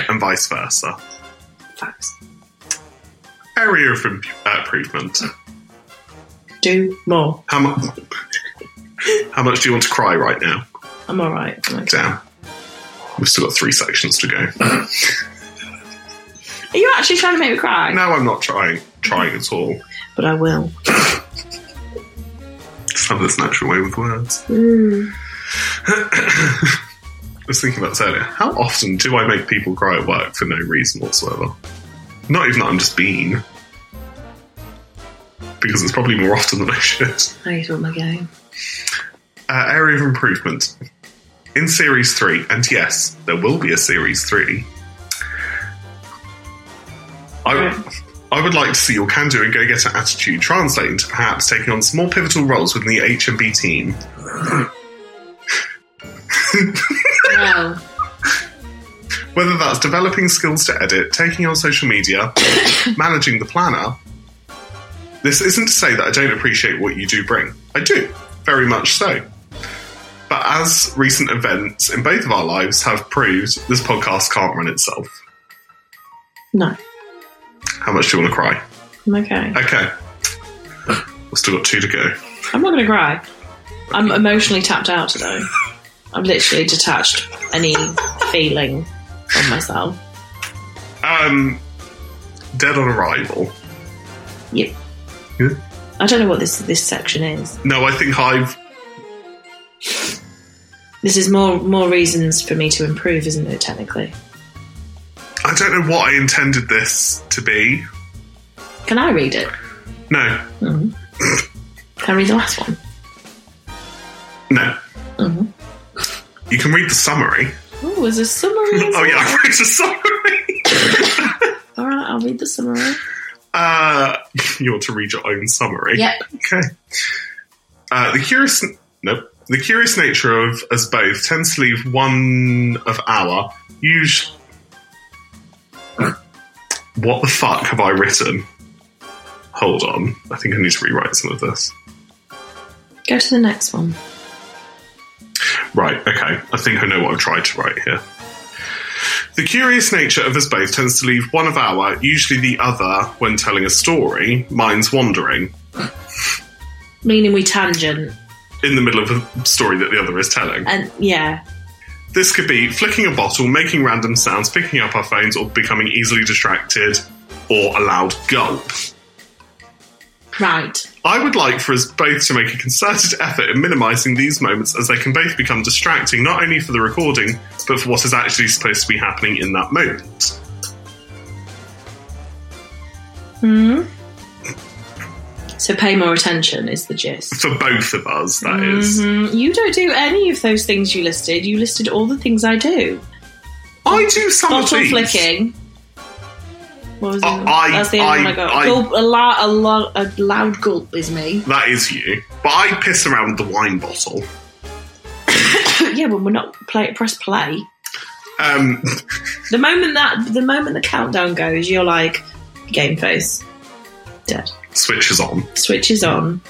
and vice versa. Facts. Area of imp- uh, improvement. Do more. How much? How much do you want to cry right now? I'm all right. I'm okay. Damn, we've still got three sections to go. Are you actually trying to make me cry? no, I'm not trying, trying at all. But I will. Just have this natural way with words. Mm. I was thinking about this earlier. How often do I make people cry at work for no reason whatsoever? Not even that I'm just being. Because it's probably more often than I should. I need to up my game. Uh, area of improvement. In series three, and yes, there will be a series three. I, I would like to see your can do and go getter attitude translate into perhaps taking on some more pivotal roles within the HMB team. Well, Whether that's developing skills to edit, taking on social media, managing the planner. This isn't to say that I don't appreciate what you do bring. I do, very much so. But as recent events in both of our lives have proved, this podcast can't run itself. no. How much do you want to cry? I'm okay. Okay. We've still got two to go. I'm not going to cry. I'm emotionally tapped out today. I've literally detached any feeling from myself. Um, Dead on Arrival. Yep. Good. I don't know what this this section is. No, I think I've. This is more more reasons for me to improve, isn't it? Technically, I don't know what I intended this to be. can I read it? No, Mhm. Can I read the last one? no. Mm-hmm. You can read the summary. Oh, there's a summary. as Oh well. yeah, I wrote a summary. All right. read the summary. Uh, you want to read your own summary? Yep. Okay. Uh, the curious, nope. The curious nature of us both tends to leave one of our usual. What the fuck have I written? Hold on, I think I need to rewrite some of this. Go to the next one. Right, okay. I think I know what I've tried to write here. The curious nature of us both tends to leave one of our, usually the other, when telling a story, minds wandering Meaning we tangent in the middle of a story that the other is telling. and yeah, This could be flicking a bottle, making random sounds, picking up our phones, or becoming easily distracted or a loud gulp. right. I would like for us both to make a concerted effort in minimising these moments as they can both become distracting, not only for the recording, but for what is actually supposed to be happening in that moment. Mm-hmm. Hmm. So pay more attention is the gist. For both of us, that is. Mhm. You don't do any of those things you listed. You listed all the things I do. I do some of Bottle these. flicking. What was the Uh, other one? I- That's the only I- one I got. I- Gulp, a, lo- a, lo- a loud gulp is me. That is you. But I piss around the wine bottle. yeah, when we're not play, press play. Um, The moment that the moment the countdown goes, you're like game face. Dead. switches on. Switches on.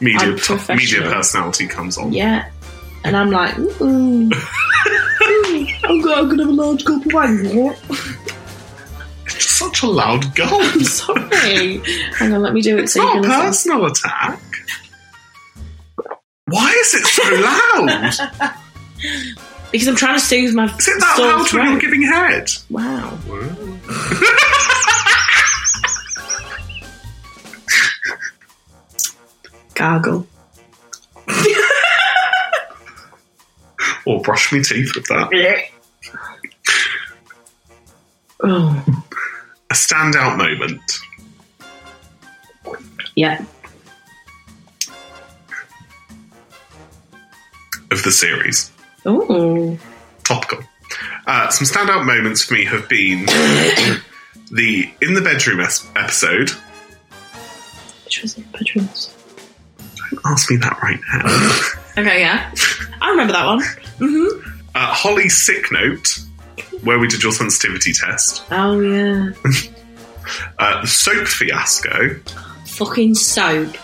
Media, I'm professional. media personality comes on. Yeah. And I'm like, ooh, ooh. Ooh, I'm gonna I'm gonna have a large gulp of wine. What? It's such a loud gulp. I'm sorry. Hang on, let me do it It's so you not can a listen. personal attack. Why is it so loud? Because I'm trying to soothe my Is it that sore loud when you're throat. giving head? Wow. Gargle. or brush my teeth with that. Oh. A standout moment. Yeah. Of the series. Oh. topical. Uh, some standout moments for me have been the in the bedroom es- episode. Which was it? Patrons. Ask me that right now. Okay, yeah. I remember that one. Mm-hmm. Uh, Holly's sick note, where we did your sensitivity test. Oh yeah. Uh, the soap fiasco. Fucking soap.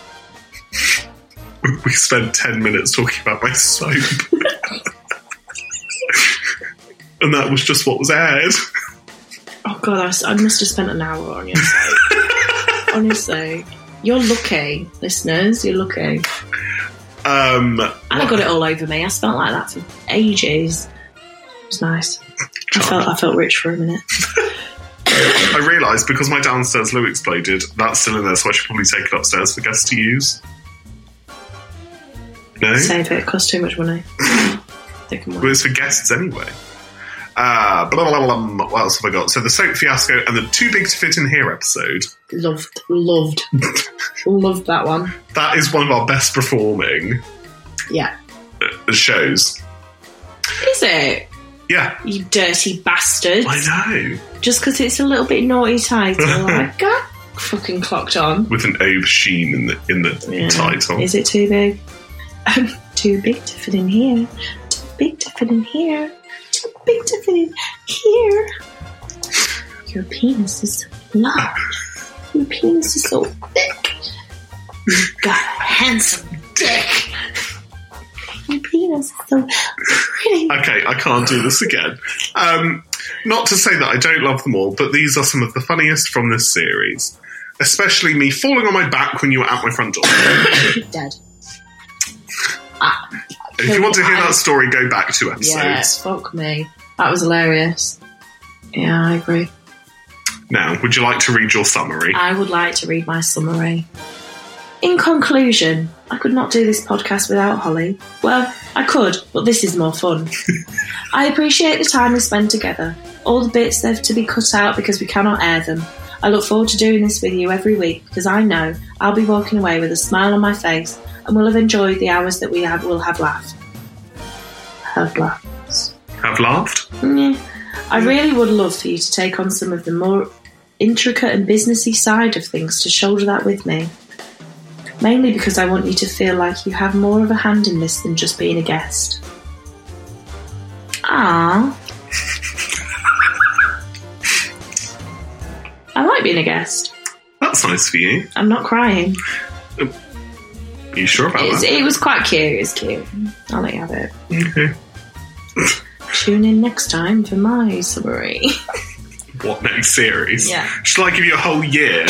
We spent ten minutes talking about my soap, and that was just what was aired. Oh god, I, was- I must have spent an hour on your soap. Honestly. You're lucky, listeners. You're lucky. And Um, I got it all over me. I smelled like that for ages. It was nice. I felt I felt rich for a minute. I realised because my downstairs loo exploded, that's still in there, so I should probably take it upstairs for guests to use. No? Save it. it costs too much money. Thick and Well, wide. it's for guests anyway. Uh, blah, blah, blah, blah. What else have I got? So the soap fiasco and the too big to fit in here episode. Loved, loved, loved that one. That is one of our best performing Yeah. uh, shows. Is it? Yeah, You dirty bastards. I know. Just because it's a little bit naughty title, like, got fucking clocked on. With an aubergine in the in the Yeah. title. Is it too big? Um, too big to fit in here. Too big to fit in here. Too big to fit in here. Your penis is so large. Your penis is so thick. You've got a handsome dick. Your penis is so pretty. Okay, I can't do this again. Um, not to say that I don't love them all, but these are some of the funniest from this series. Especially me falling on my back when you were at my front door. Dead. if you want to hear that story, go back two Ah. Yeah, episodes. fuck me. That was hilarious. Yeah, I agree. Now, would you like to read your summary? I would like to read my summary. In conclusion, I could not do this podcast without Holly. Well, I could, but this is more fun. I appreciate the time we spend together, all the bits that have to be cut out because we cannot air them. I look forward to doing this with you every week because I know I'll be walking away with a smile on my face and will have enjoyed the hours that we have will have laughed. Have laughed. Have laughed? Yeah. I really would love for you to take on some of the more intricate and businessy side of things to shoulder that with me. Mainly because I want you to feel like you have more of a hand in this than just being a guest. Ah. I like being a guest. That's nice for you. I'm not crying. Are you sure about It was, that? it was quite cute. It was cute. I'll let you have it. Okay. Tune in next time for my summary. What next series? Yeah. Shall I give you a whole year?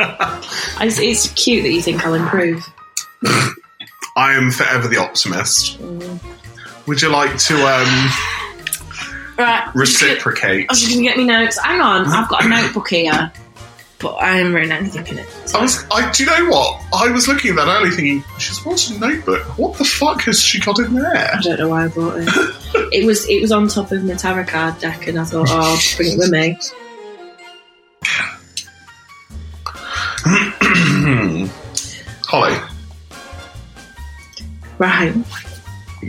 I- It's, it's cute that you think I'll improve. I am forever the optimist. Mm. Would you like to Right. um, I'm just gonna- reciprocate? Oh, I'm just going to oh, get me notes. Hang on. I've got a notebook here, but I haven't written anything in it. I was, I, do you know what? I was looking at that earlier thinking, she's brought a notebook. What the fuck has she got in there? I don't know why I brought it. it was it was on top of my tarot card deck, and I thought, oh, I'll just bring it with me. Holly, Right. I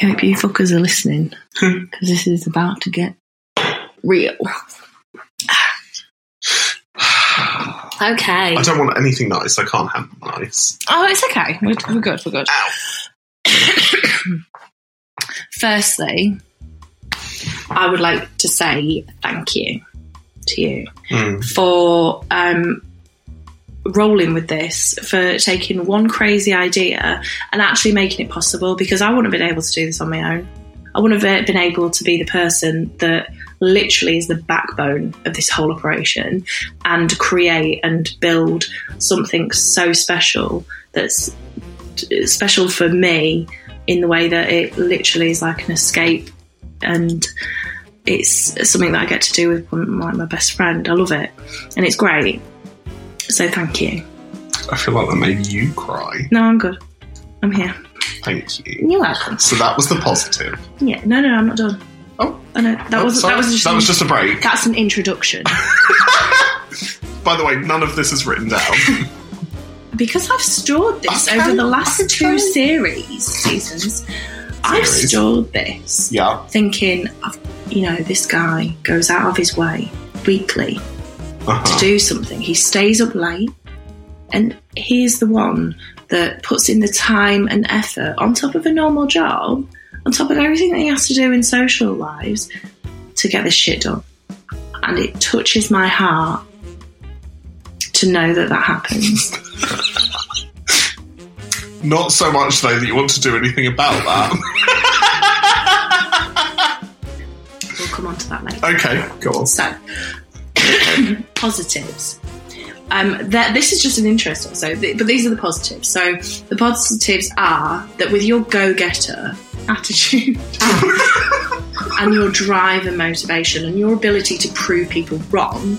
hope you fuckers are listening because this is about to get real. okay. I don't want anything nice. I can't have nice. Oh, it's okay. We're, we're good. We're good. Ow. Firstly, I would like to say thank you to you Mm. for um, rolling with this, for taking one crazy idea and actually making it possible because I wouldn't have been able to do this on my own. I wouldn't have been able to be the person that literally is the backbone of this whole operation and create and build something so special that's t- special for me in the way that it literally is like an escape and it's something that I get to do with m- like my best friend. I love it, and it's great. So thank you. I feel like that made you cry. No, I'm good. I'm here. Thank you. You're welcome. So that was the positive. Yeah. No, no, I'm not done. Oh. I know that Oh, wasn't. sorry. That was just. that was just a break. that's an introduction. By the way, none of this is written down. because I've stored this Okay, over the last okay. two series seasons. I've Series. stored this, yeah. thinking, I've, you know, this guy goes out of his way weekly to Uh-huh. do something. He stays up late, and he is the one that puts in the time and effort on top of a normal job, on top of everything that he has to do in social lives to get this shit done. And it touches my heart to know that that happens. Not so much though that you want to do anything about that. we'll come on to that later. okay, go on. So, positives. Um, that this is just an interest, so th- but these are the positives. So the positives are that with your go-getter attitude and your drive and motivation and your ability to prove people wrong,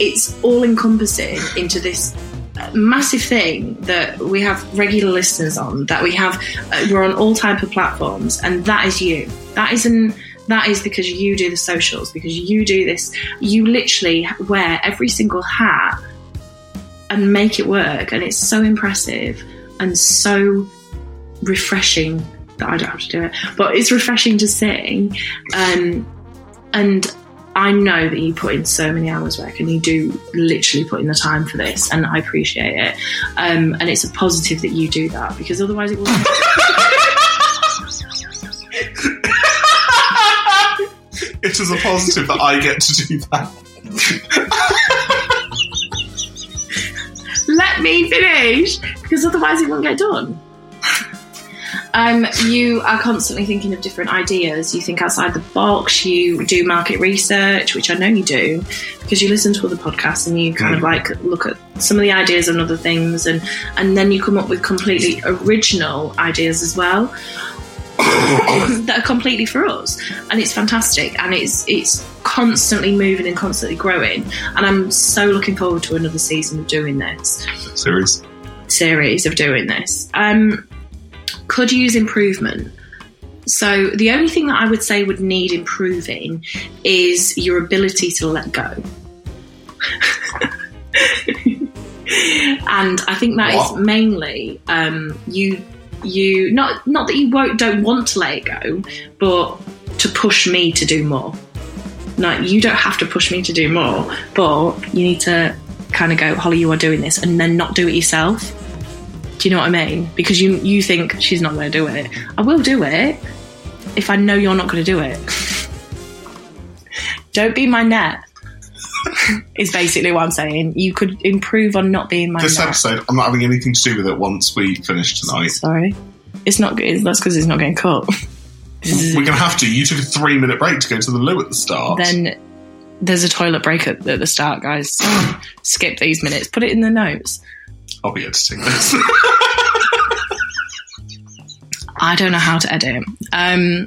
it's all-encompassing into this uh, massive thing that we have regular listeners on that we have uh, we're on all type of platforms and that is you that isn't that is because you do the socials because you do this you literally wear every single hat and make it work and it's so impressive and so refreshing that I don't have to do it but it's refreshing to see um, and I know that you put in so many hours work and you do literally put in the time for this and I appreciate it um, and it's a positive that you do that because otherwise it wouldn't It is a positive that I get to do that. let me finish because otherwise it won't get done. Um, you are constantly thinking of different ideas. You think outside the box. You do market research, which I know you do because you listen to other podcasts and you kind of like look at some of the ideas and other things, and and then you come up with completely original ideas as well Oh. that are completely for us, and it's fantastic. And it's it's constantly moving and constantly growing. And I'm so looking forward to another season of doing this Serious. series of doing this. Um, could use improvement. So the only thing that I would say would need improving is your ability to let go. and I think that is What? mainly um, you you not not that you won't don't want to let it go, but to push me to do more. Like, you don't have to push me to do more, but you need to kind of go, Holly, you are doing this, and then not do it yourself. Do you know what I mean? Because you you think she's not going to do it. I will do it if I know you're not going to do it. don't be my net. is basically what I'm saying. You could improve on not being my This net. episode, I'm not having anything to do with it once we finish tonight. Sorry, it's not. It's, that's because it's not getting cut. This is- We're going to have to. You took a three minute break to go to the loo at the start. then there's a toilet break at, at the start, guys. Skip these minutes. Put it in the notes. I'll be editing this. I don't know how to edit. Um,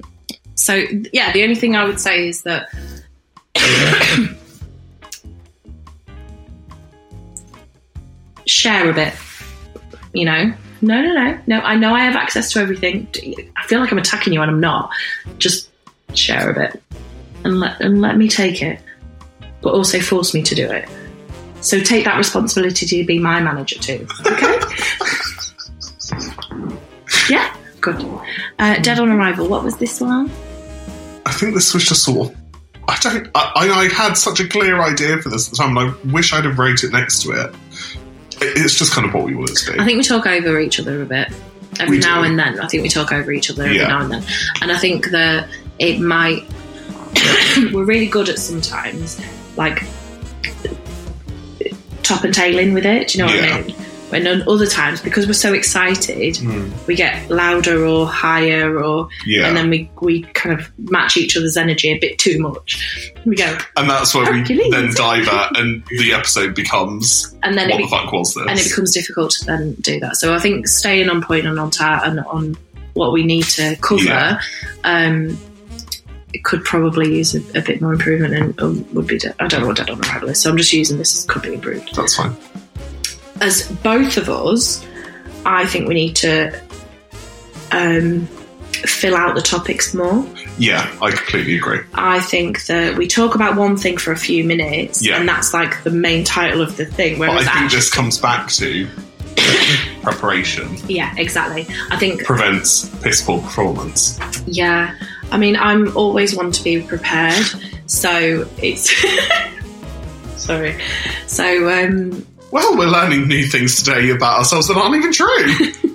so yeah, the only thing I would say is that. share a bit you know no no no no i know i have access to everything D- i feel like i'm attacking you and i'm not just share a bit and let and let me take it but also force me to do it so take that responsibility to be my manager too okay yeah good uh, dead on arrival what was this one I think this was just sort of. I don't. I, I I had such a clear idea for this at the time, and I wish I'd have wrote it next to it. It- It's just kind of what we wanted to I do. think we talk over each other a bit every We do. now and then. I think we talk over each other every Yeah. now and then, and I think that it might. we're really good at sometimes, like top and tailing with it. Do you know what Yeah. I mean? And on other times, because we're so excited, Mm, we get louder or higher, or yeah, and then we we kind of match each other's energy a bit too much. We go, and that's where we Hercules. then dive at, and the episode becomes and then what it the fuck was this? and it becomes difficult to then do that. So I think staying on point and on tar and on what we need to cover Yeah. um, it could probably use a, a bit more improvement and um, would be. De- I don't know what dead on arrival is, so I'm just using this as could be improved. that's fine. As both of us, I think we need to um, fill out the topics more. Yeah, I completely agree. I think that we talk about one thing for a few minutes, Yeah. and that's like the main title of the thing. But I Whereas, think actually, this comes back to preparation yeah, exactly. I think prevents piss poor performance. Yeah, I mean, I'm always one to be prepared, so it's sorry. So um, Well, we're learning new things today about ourselves that aren't even true.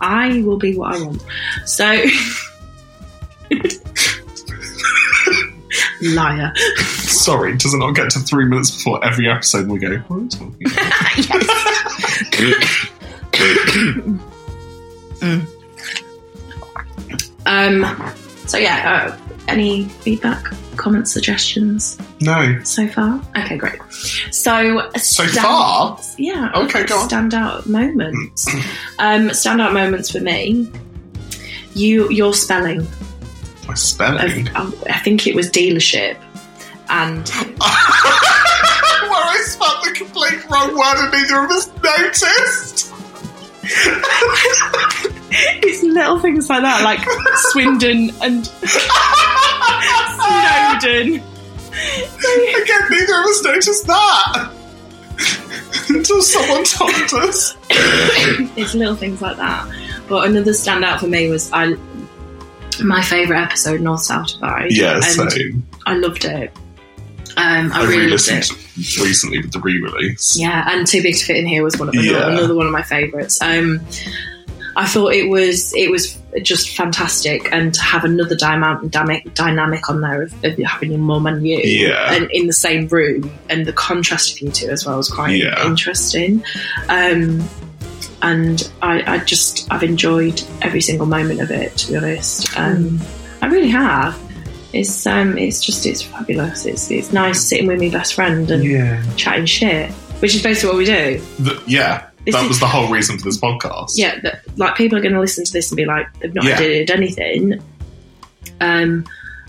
I will be what I want. So liar. Sorry, does it not get to three minutes before every episode and we go, what are we talking about? Um, so yeah, uh, any feedback, comments, suggestions No. so far? Okay, great. So So far, Yeah. Okay, go on. Standout moments. um, standout moments for me. You, your spelling. my Of, um, spelling. I think it was dealership, and Where I spelled the complete wrong word and neither of us noticed. it's little things like that, like Swindon and Snowden. Again, neither of us noticed that. Until someone told us. It's little things like that. But another standout for me was I. My favourite episode, North South Divide. Yeah, and same. I loved it. Um, I, I really re loved it. listened recently with the re release. Yeah, and Too Big to Fit in Here was one of Yeah. another, another one of my favourites. Um, I thought it was it was just fantastic, and to have another dynamic dynamic on there of, of having your mum and you, Yeah. and in the same room, and the contrast of you two as well was quite Yeah. interesting. Um, and I, I just I've enjoyed every single moment of it. To be honest, um, I really have. It's um, it's just it's fabulous. It's it's nice sitting with my best friend and Yeah. chatting shit, which is basically what we do. The- yeah. This that is- was the whole reason for this podcast. Yeah, that, like people are going to listen to this and be like, they've not Yeah. did anything. Um,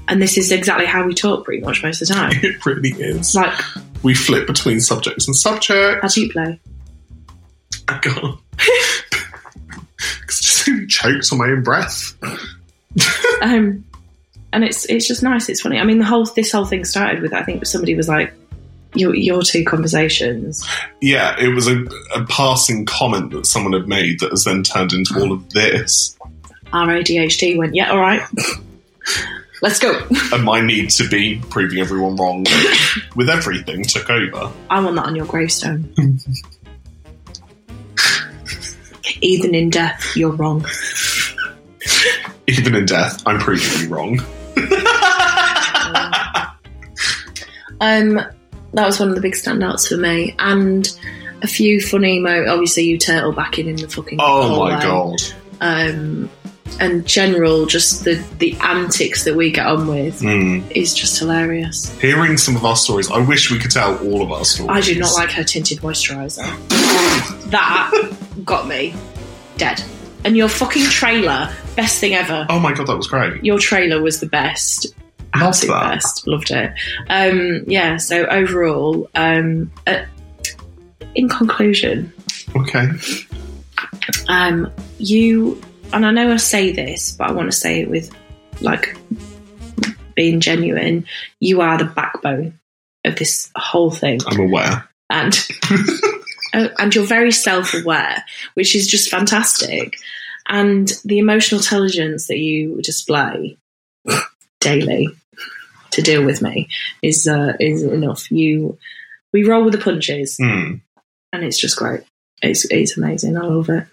and this is exactly how we talk pretty much most of the time. It really is. It's like, We flip between subjects and subjects. how do you play? I can't. It's just choked on my own breath. Um, and it's it's just nice. It's funny. I mean, the whole this whole thing started with I think somebody was like, your your two conversations. Yeah, it was a, a passing comment that someone had made that has then turned into all of this. Our ADHD went, yeah, all right. Let's go. and my need to be proving everyone wrong with everything took over. I want that on your gravestone. Even in death, you're wrong. Even in death, I'm proving you wrong. Um, that was one of the big standouts for me, and a few funny mo. Obviously, you turtle backing in the fucking. Oh hallway. my god. Um, and general, just the the antics that we get on with Mm. is just hilarious. Hearing some of our stories, I wish we could tell all of our stories. I do not like her tinted moisturiser. that got me dead. And your fucking trailer, best thing ever. Oh my god, that was great. Your trailer was the best. Love absolute that. best. Loved it. Um, yeah. So overall, um, uh, in conclusion, Okay. um, you and I know I say this, but I want to say it with like being genuine. You are the backbone of this whole thing, I'm aware. and uh, and you're very self-aware, which is just fantastic. And the emotional intelligence that you display daily to deal with me is uh, is enough. You we roll with the punches, Mm. and it's just great. It's it's amazing. I love it.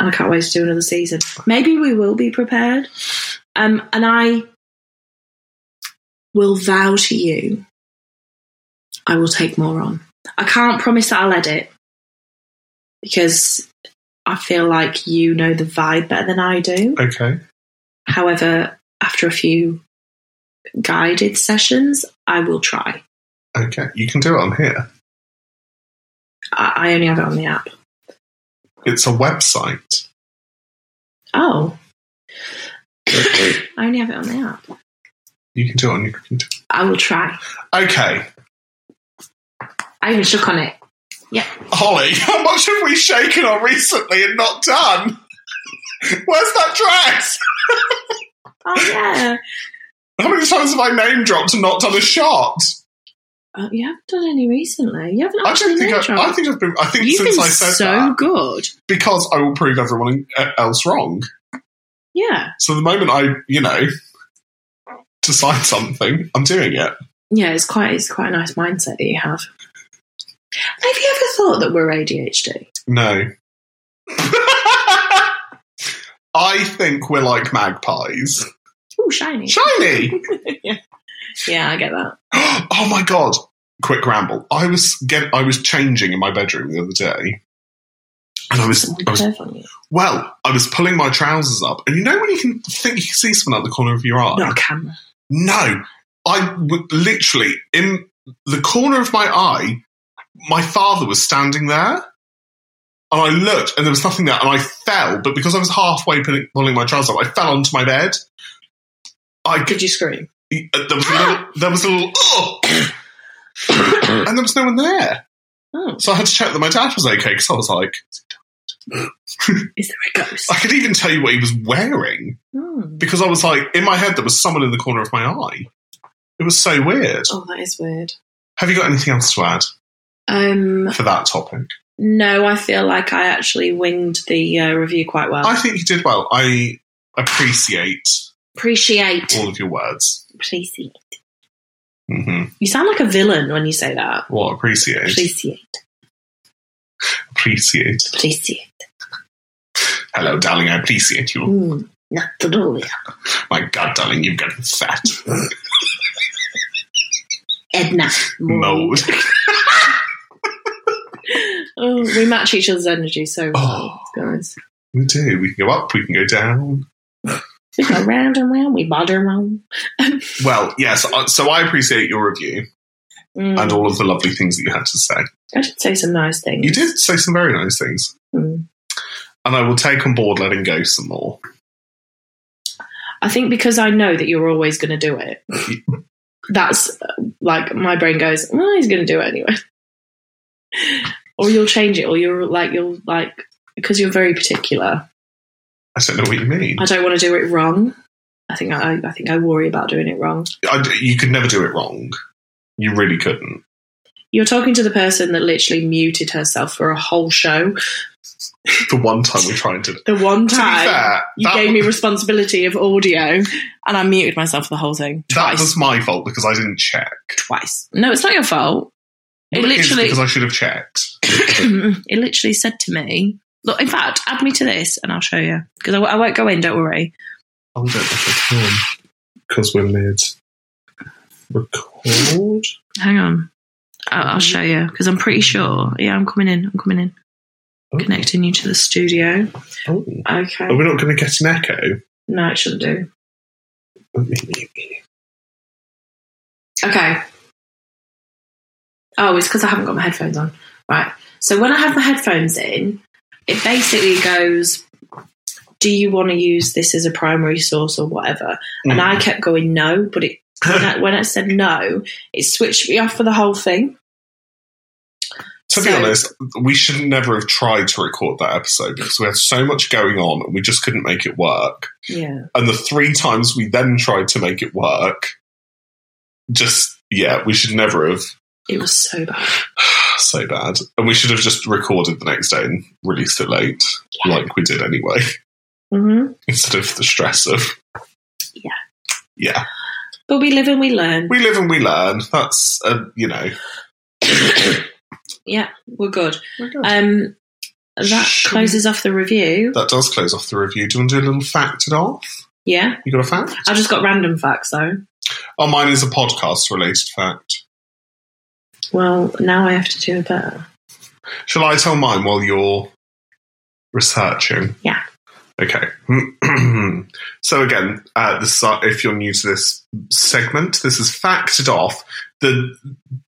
And I can't wait to do another season. Maybe we will be prepared. Um, and I will vow to you, I will take more on. I can't promise that I'll edit because I feel like you know the vibe better than I do. Okay. However, after a few guided sessions, I will try. Okay. You can do it. I'm here. I, I only have it on the app. It's a website. Oh, I only have it on the app. You can do it on your computer. I will try. Okay. I even shook on it. Holly, how much have we shaken on recently and not done? Where's that dress? Oh yeah. How many times have I name dropped and not done a shot? Oh, you haven't done any recently. You haven't I actually don't think done I, I think I've been. I think You've since been I said so that, good. because I will prove everyone uh, else wrong. Yeah. So the moment I, you know, decide something, I'm doing it. Yeah, it's quite it's quite a nice mindset that you have. Have you ever thought that we're ADHD? No. I think we're like magpies. Oh, shiny. Shiny. Yeah, I get that. Oh my god. Quick ramble. I was get I was changing in my bedroom the other day. And I was, Someone I was curve on you. well, I was pulling my trousers up, and you know when you can think you can see someone out the corner of your eye? Not a camera. No, I w- literally in the corner of my eye, my father was standing there, and I looked, and there was nothing there, and I fell. But because I was halfway pulling, pulling my trousers up, I fell onto my bed. I Did you scream? c- uh, there was a little, there was a little, "Ugh," and there was no one there. Oh, So I had to check that my dad was okay because I was like, is there a ghost? I could even tell you what he was wearing Hmm. because I was like, in my head, there was someone in the corner of my eye. It was so weird. Oh, that is weird. Have you got anything else to add Um, for that topic? no, I feel like I actually winged the uh, review quite well. I think you did well. I appreciate appreciate. all of your words. Appreciate. Mm-hmm. You sound like a villain when you say that. What appreciate? Appreciate. Appreciate. Appreciate. Hello, darling. I appreciate you. Mm, not to do it. My God, darling, you've gotten fat. Mm-hmm. Edna. Mode. Oh, we match each other's energy so Oh. well, guys. We do. We can go up. We can go down. We go round and round. We bother round. Well, yes. uh, So I appreciate your review Mm. and all of the lovely things that you had to say. I did say some nice things. You did say some very nice things, Mm. and I will take on board letting go some more. I think because I know that you're always going to do it. That's uh, like my brain goes, well, he's going to do it anyway. or you'll change it, or you're like, you'll like, because you're very particular. I don't know what you mean. I don't want to do it wrong. I think I, I think I worry about doing it wrong. I d you could never do it wrong. You really couldn't. You're talking to the person that literally muted herself for a whole show. The one time we tried to. The one To be time fair, you that gave me responsibility of audio, and I muted myself for the whole thing That twice. was my fault because I didn't check. twice. No, it's not your fault. It Well, is literally, because I should have checked. it literally said to me, "Look, in fact, add me to this, and I'll show you because I, w- I won't go in. Don't worry." I don't think I can because we're mid Oh, record. Hang on, Mm-hmm. I'll, I'll show you because I'm pretty sure. Yeah, I'm coming in. I'm coming in. Oh, Connecting you to the studio. oh. Okay. Are we not going to get an echo? No, it shouldn't do. Okay. Oh, it's because I haven't got my headphones on. Right. So when I have my headphones in, it basically goes, Do you want to use this as a primary source or whatever? And Mm. I kept going, No, but it when I, when I said no, it switched me off for the whole thing. to be So- honest, we should never have tried to record that episode because we had so much going on and we just couldn't make it work. Yeah. And the three times we then tried to make it work, just yeah, we should never have. It was so bad. So bad. And we should have just recorded the next day and released it late, like we did anyway, hmm instead of the stress of. Yeah. Yeah. But we live and we learn. we live and we learn. That's uh, you know. yeah, we're good. Um, that Shall we- closes off the review. That does close off the review. Do you want to do a little fact it off? Yeah. You got a fact? I just got random facts though. Oh, mine is a podcast related fact. Well, now I have to do a better. Shall I tell mine while you're researching? Yeah. Okay. so again, uh, this is, uh, if you're new to this segment, this is facted off the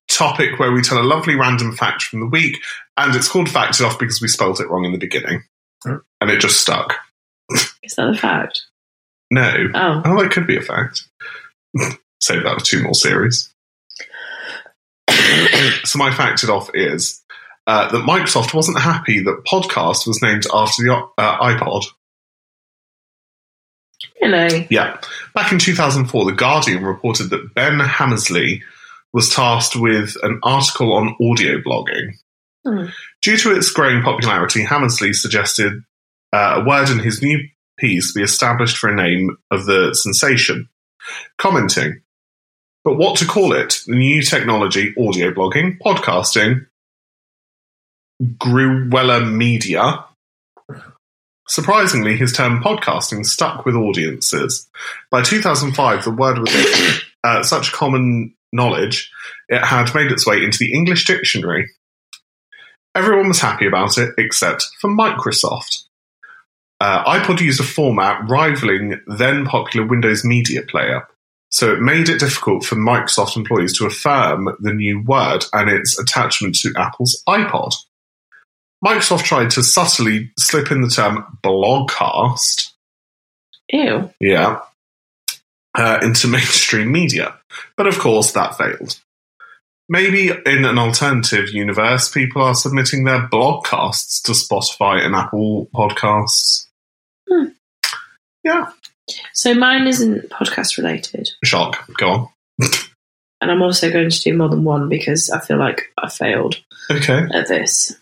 topic where we tell a lovely random fact from the week, and it's called facted off because we spelled it wrong in the beginning, and it just stuck. Is that a fact? No. Oh, Oh, that could be a fact. Save that for two more series. so my fact it off is uh, that Microsoft wasn't happy that podcast was named after the uh, iPod. really? Yeah. Back in 2004, The Guardian reported that Ben Hammersley was tasked with an article on audio blogging. Hmm. Due to its growing popularity, Hammersley suggested uh, a word in his new piece be established for a name of the sensation, commenting. But what to call it? The new technology, audio blogging, podcasting, Gruella Media. Surprisingly, his term podcasting stuck with audiences. By 2005, the word was uh, such common knowledge, it had made its way into the English dictionary. Everyone was happy about it except for Microsoft. Uh, iPod used a format rivaling then popular Windows Media Player, so it made it difficult for Microsoft employees to affirm the new word and its attachment to Apple's iPod. Microsoft tried to subtly slip in the term blogcast Ew. yeah, uh, into mainstream media. But of course, that failed. Maybe in an alternative universe, people are submitting their blogcasts to Spotify and Apple Podcasts. Hmm. Yeah, So mine isn't podcast related, shock. Go on. and I'm also going to do more than one because I feel like I failed Okay. at this.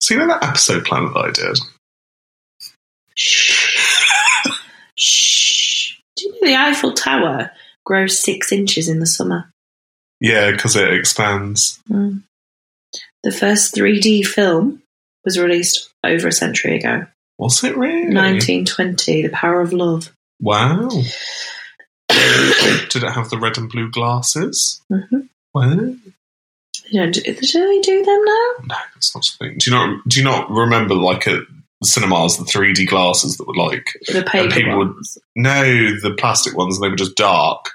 So you know that episode plan that I did? Shh. Shh. Do you know the Eiffel Tower grows six inches in the summer? Yeah, because it expands. Mm. The first 3D film was released over a century ago, Was it really? 1920. The Power of Love. Wow. did it have the red and blue glasses? hmm Wow. They don't do, do they do them now? No, it's not a thing. Do you not do you not remember like at cinemas the three D glasses that were like The paper people would- ones. no the plastic ones they were just dark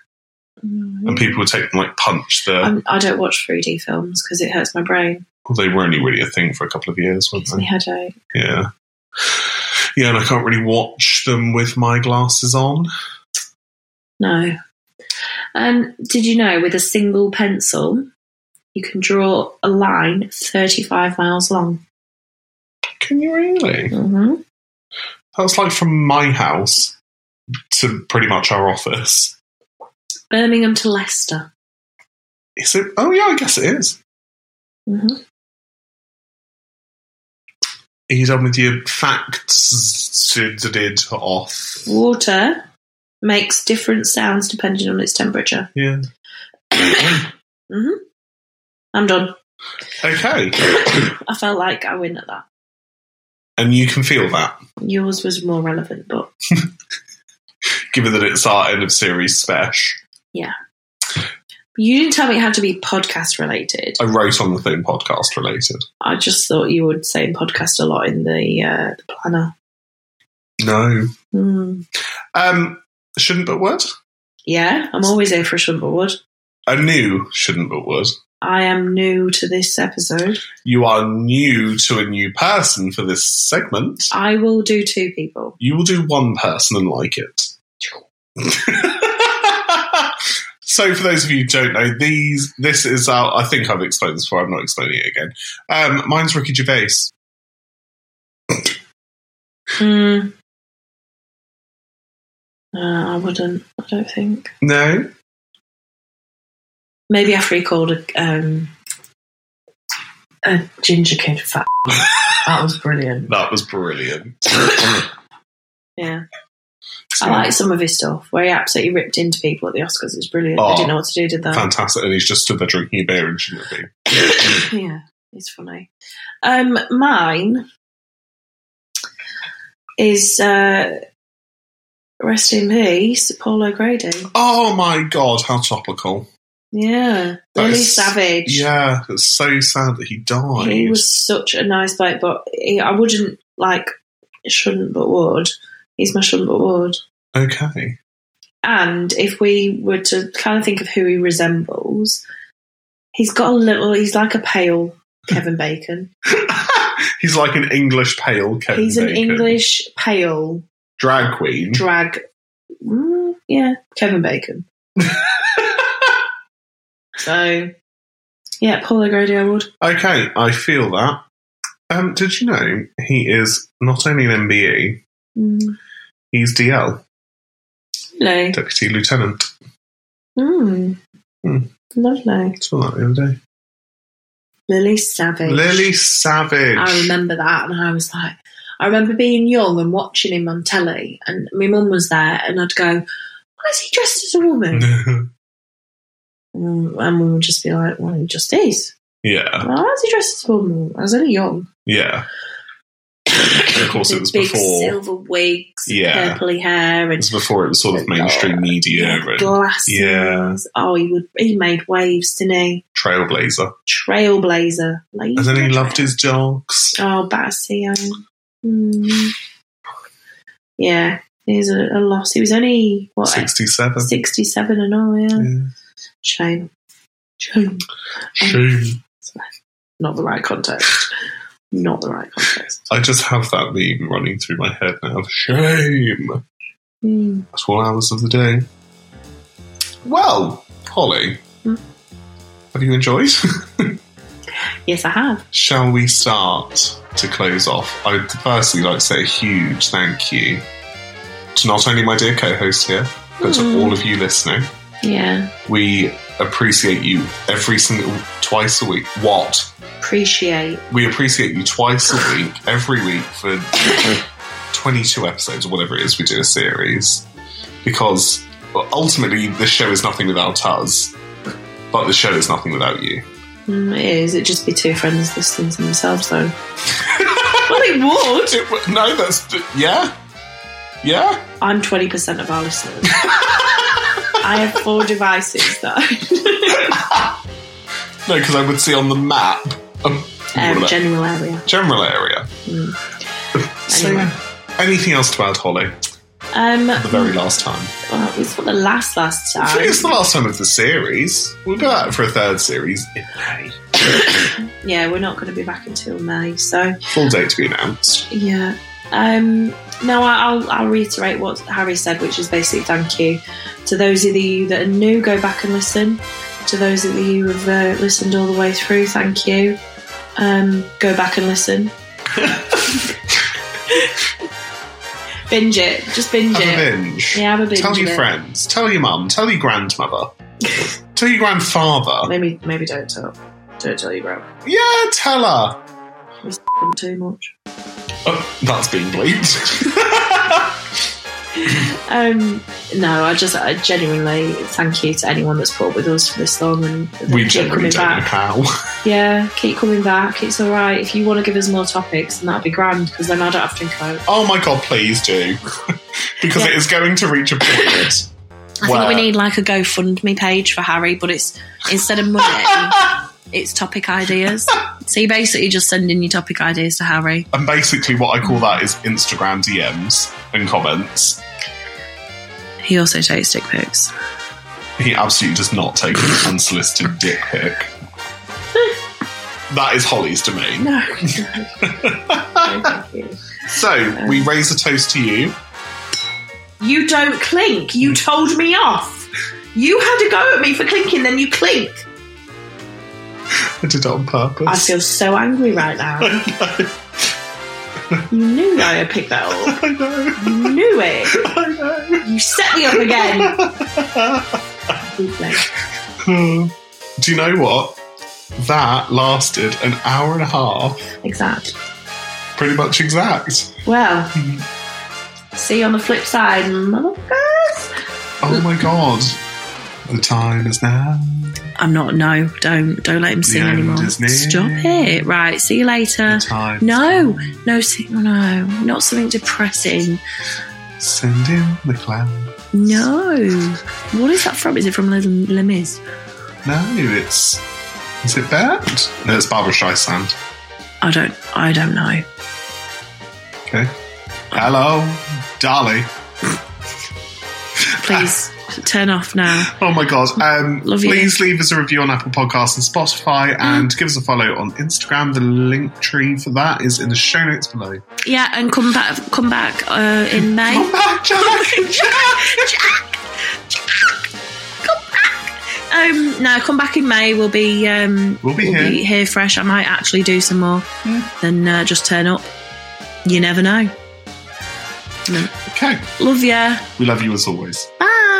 and Mm. Um, people would take them like punch the I'm, I don't watch 3D films because it hurts my brain. well, they were only really a thing for a couple of years weren't Gives me they headache. yeah yeah and I can't really watch them with my glasses on No. Um, did you know with a single pencil you can draw a line 35 miles long? can you really Mm-hmm. that's like from my house to pretty much our office Birmingham to Leicester. Is it? Oh, yeah, I guess it is. Mhm. Are you done with your facts off? Water makes different sounds depending on its temperature. Mm-hmm. Yeah. I'm done. Okay. I felt like I win at that. And you can feel that, Yours was more relevant, but given that it's our end of series special. you didn't tell me it had to be podcast related. I wrote on the thing podcast related. I just thought you would say podcast a lot in the uh, the planner. No. Hmm. Um, shouldn't but would? Yeah, I'm always here for a shrimp award. A new shouldn't but would. I am new to this episode. You are new to a new person for this segment. I will do two people. You will do one person and like it. so, for those of you who don't know, these this is our. I think I've explained this before. I'm not explaining it again. Um, mine's Ricky Gervais. Hmm. Uh, I wouldn't. I don't think. No, Maybe after he called a, um, a ginger kid fat. that was brilliant. that was brilliant. Yeah, I like some of his stuff where he absolutely ripped into people at the Oscars. It was brilliant. Oh, I didn't know what to do. Did that? Fantastic, and he's just stood there drinking a beer and shouldn't be. yeah, it's funny. Um, mine is uh, rest in peace, Paul O'Grady. Oh my god, how topical! Yeah, That really is- savage. Yeah, it's so sad that he died. he was such a nice bloke, but he, I wouldn't like shouldn't but would. He's my shouldn't but would. okay. And if we were to kind of think of who he resembles, he's got a little. He's like a pale Kevin Bacon. he's like an English pale Kevin he's an Bacon. English pale drag queen. drag. Mm, yeah, Kevin Bacon. so, yeah, Paul O'Grady I would. Okay, I feel that. Um, did you know he is not only an MBE, Mm, he's DL, lovely. Deputy Lieutenant. Mm. Hmm. Lovely. Saw that the other day. Lily Savage. Lily Savage. I remember that, and I was like, I remember being young and watching him on telly, and my mum was there, and I'd go, "Why is he dressed as a woman?" Mm, and we would just be like, "Well, he just is. yeah, Well, why is he dressed as a woman?" I was only young. yeah. of course, it was big before. silver wigs, Yeah. purpley hair, It and was before it was Oh sort of mainstream media and glasses. Yeah. Oh, he would. He made waves, didn't he? trailblazer. Trailblazer. Like, And then he loved his dogs. Oh, Batsy. Mm. Yeah, he's a, a loss. He was only what 67. sixty-seven and all. Yeah, Yeah. shame. Shame. Shame. Not the right context. Not the right context. I just have that meme running through my head now. Shame. Mm. That's all hours of the day. Well, Holly, Hmm? have you enjoyed? Yes, I have. Shall we start to close off? I'd firstly like to say a huge thank you to not only my dear co host here, but to Hmm. all of you listening. Yeah, We appreciate you every single twice a week. What? appreciate. We appreciate you twice a week, every week for 22 episodes or whatever it is we do a series. Because well, ultimately, this show is nothing without us, but the show is nothing without you. Mm, it is. It'd just be two friends listening to themselves, though. well, it would. It w- no, that's. Yeah? Yeah? I'm 20% of our listeners. I have four devices that No, because I would see on the map um, I um, what about- general area. general area. Mm. So, Anyway. yeah. anything else to add, Holly? Um, The very last time. well, it's not the last last I think time. it's the last time of the series. We'll go out for a third series in May. yeah, we're not going to be back until May, so Full date to be announced. yeah. Um, no, I- I'll, I'll reiterate what Harry said, which is basically thank you to those of you that are new. Go back and listen. To those of you who have uh, listened all the way through, thank you. Um, go back and listen. binge it, just binge Have a it. binge. Yeah, have a binge. Tell of your it. friends. Tell your mum. Tell your grandmother. Tell your grandfather. Maybe maybe don't tell don't tell your grandma. Yeah, tell her. It's too much. Oh, that's been bleeped. Um, no, I just I genuinely thank you to anyone that's put up with us for this long and and we keep generally coming don't know back. how. Yeah, keep coming back. It's all right. If you want to give us more topics, then that'd be grand because then I don't have to think about it. Oh my god, please do. because it is going to reach a point. I Wow. think we need like a GoFundMe page for Harry, but it's instead of money, it's topic ideas. So you're basically just sending your topic ideas to Harry. and basically, what I call that is Instagram DMs and comments. He also takes dick pics. He absolutely does not take an unsolicited dick pic. That is Holly's domain. No, no. no thank you. So, we raise a toast to you. You don't clink. You told me off. You had a go at me for clinking, then you clink. I did it on purpose. I feel so angry right now. I know, You knew I had picked that up. I know, You knew it. I know. You set me up again. Bootleg. Do you know what? That lasted an hour and a half, exact. pretty much exact. Oh Well, see you on the flip side, motherfuckers. Oh my god. The time is now. I'm not. No, don't don't let him sing end anymore. is near. Stop it. Right. See you later. Uh, The time. No, no, si- oh, no, not something depressing. Send in the clown. No. What is that from? Is it from Little Limis? No, it's. Is it bad? No, it's Barbara Streisand. I don't. I don't know. Okay. Hello, Dolly. Please turn off now. Oh my god. Um, Love you. please leave us a review on Apple Podcasts and Spotify and give us a follow on Instagram. The link tree for that is in the show notes below. Yeah, and come back. Come back uh, in May. Come back, Jack! Um, no, come back in May. We'll be um, We'll be here. fresh. I might actually do some more than uh, just turn up. You never know. Okay. Love ya. We love you as always. Bye.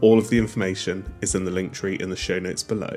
All of the information is in the link tree in the show notes below.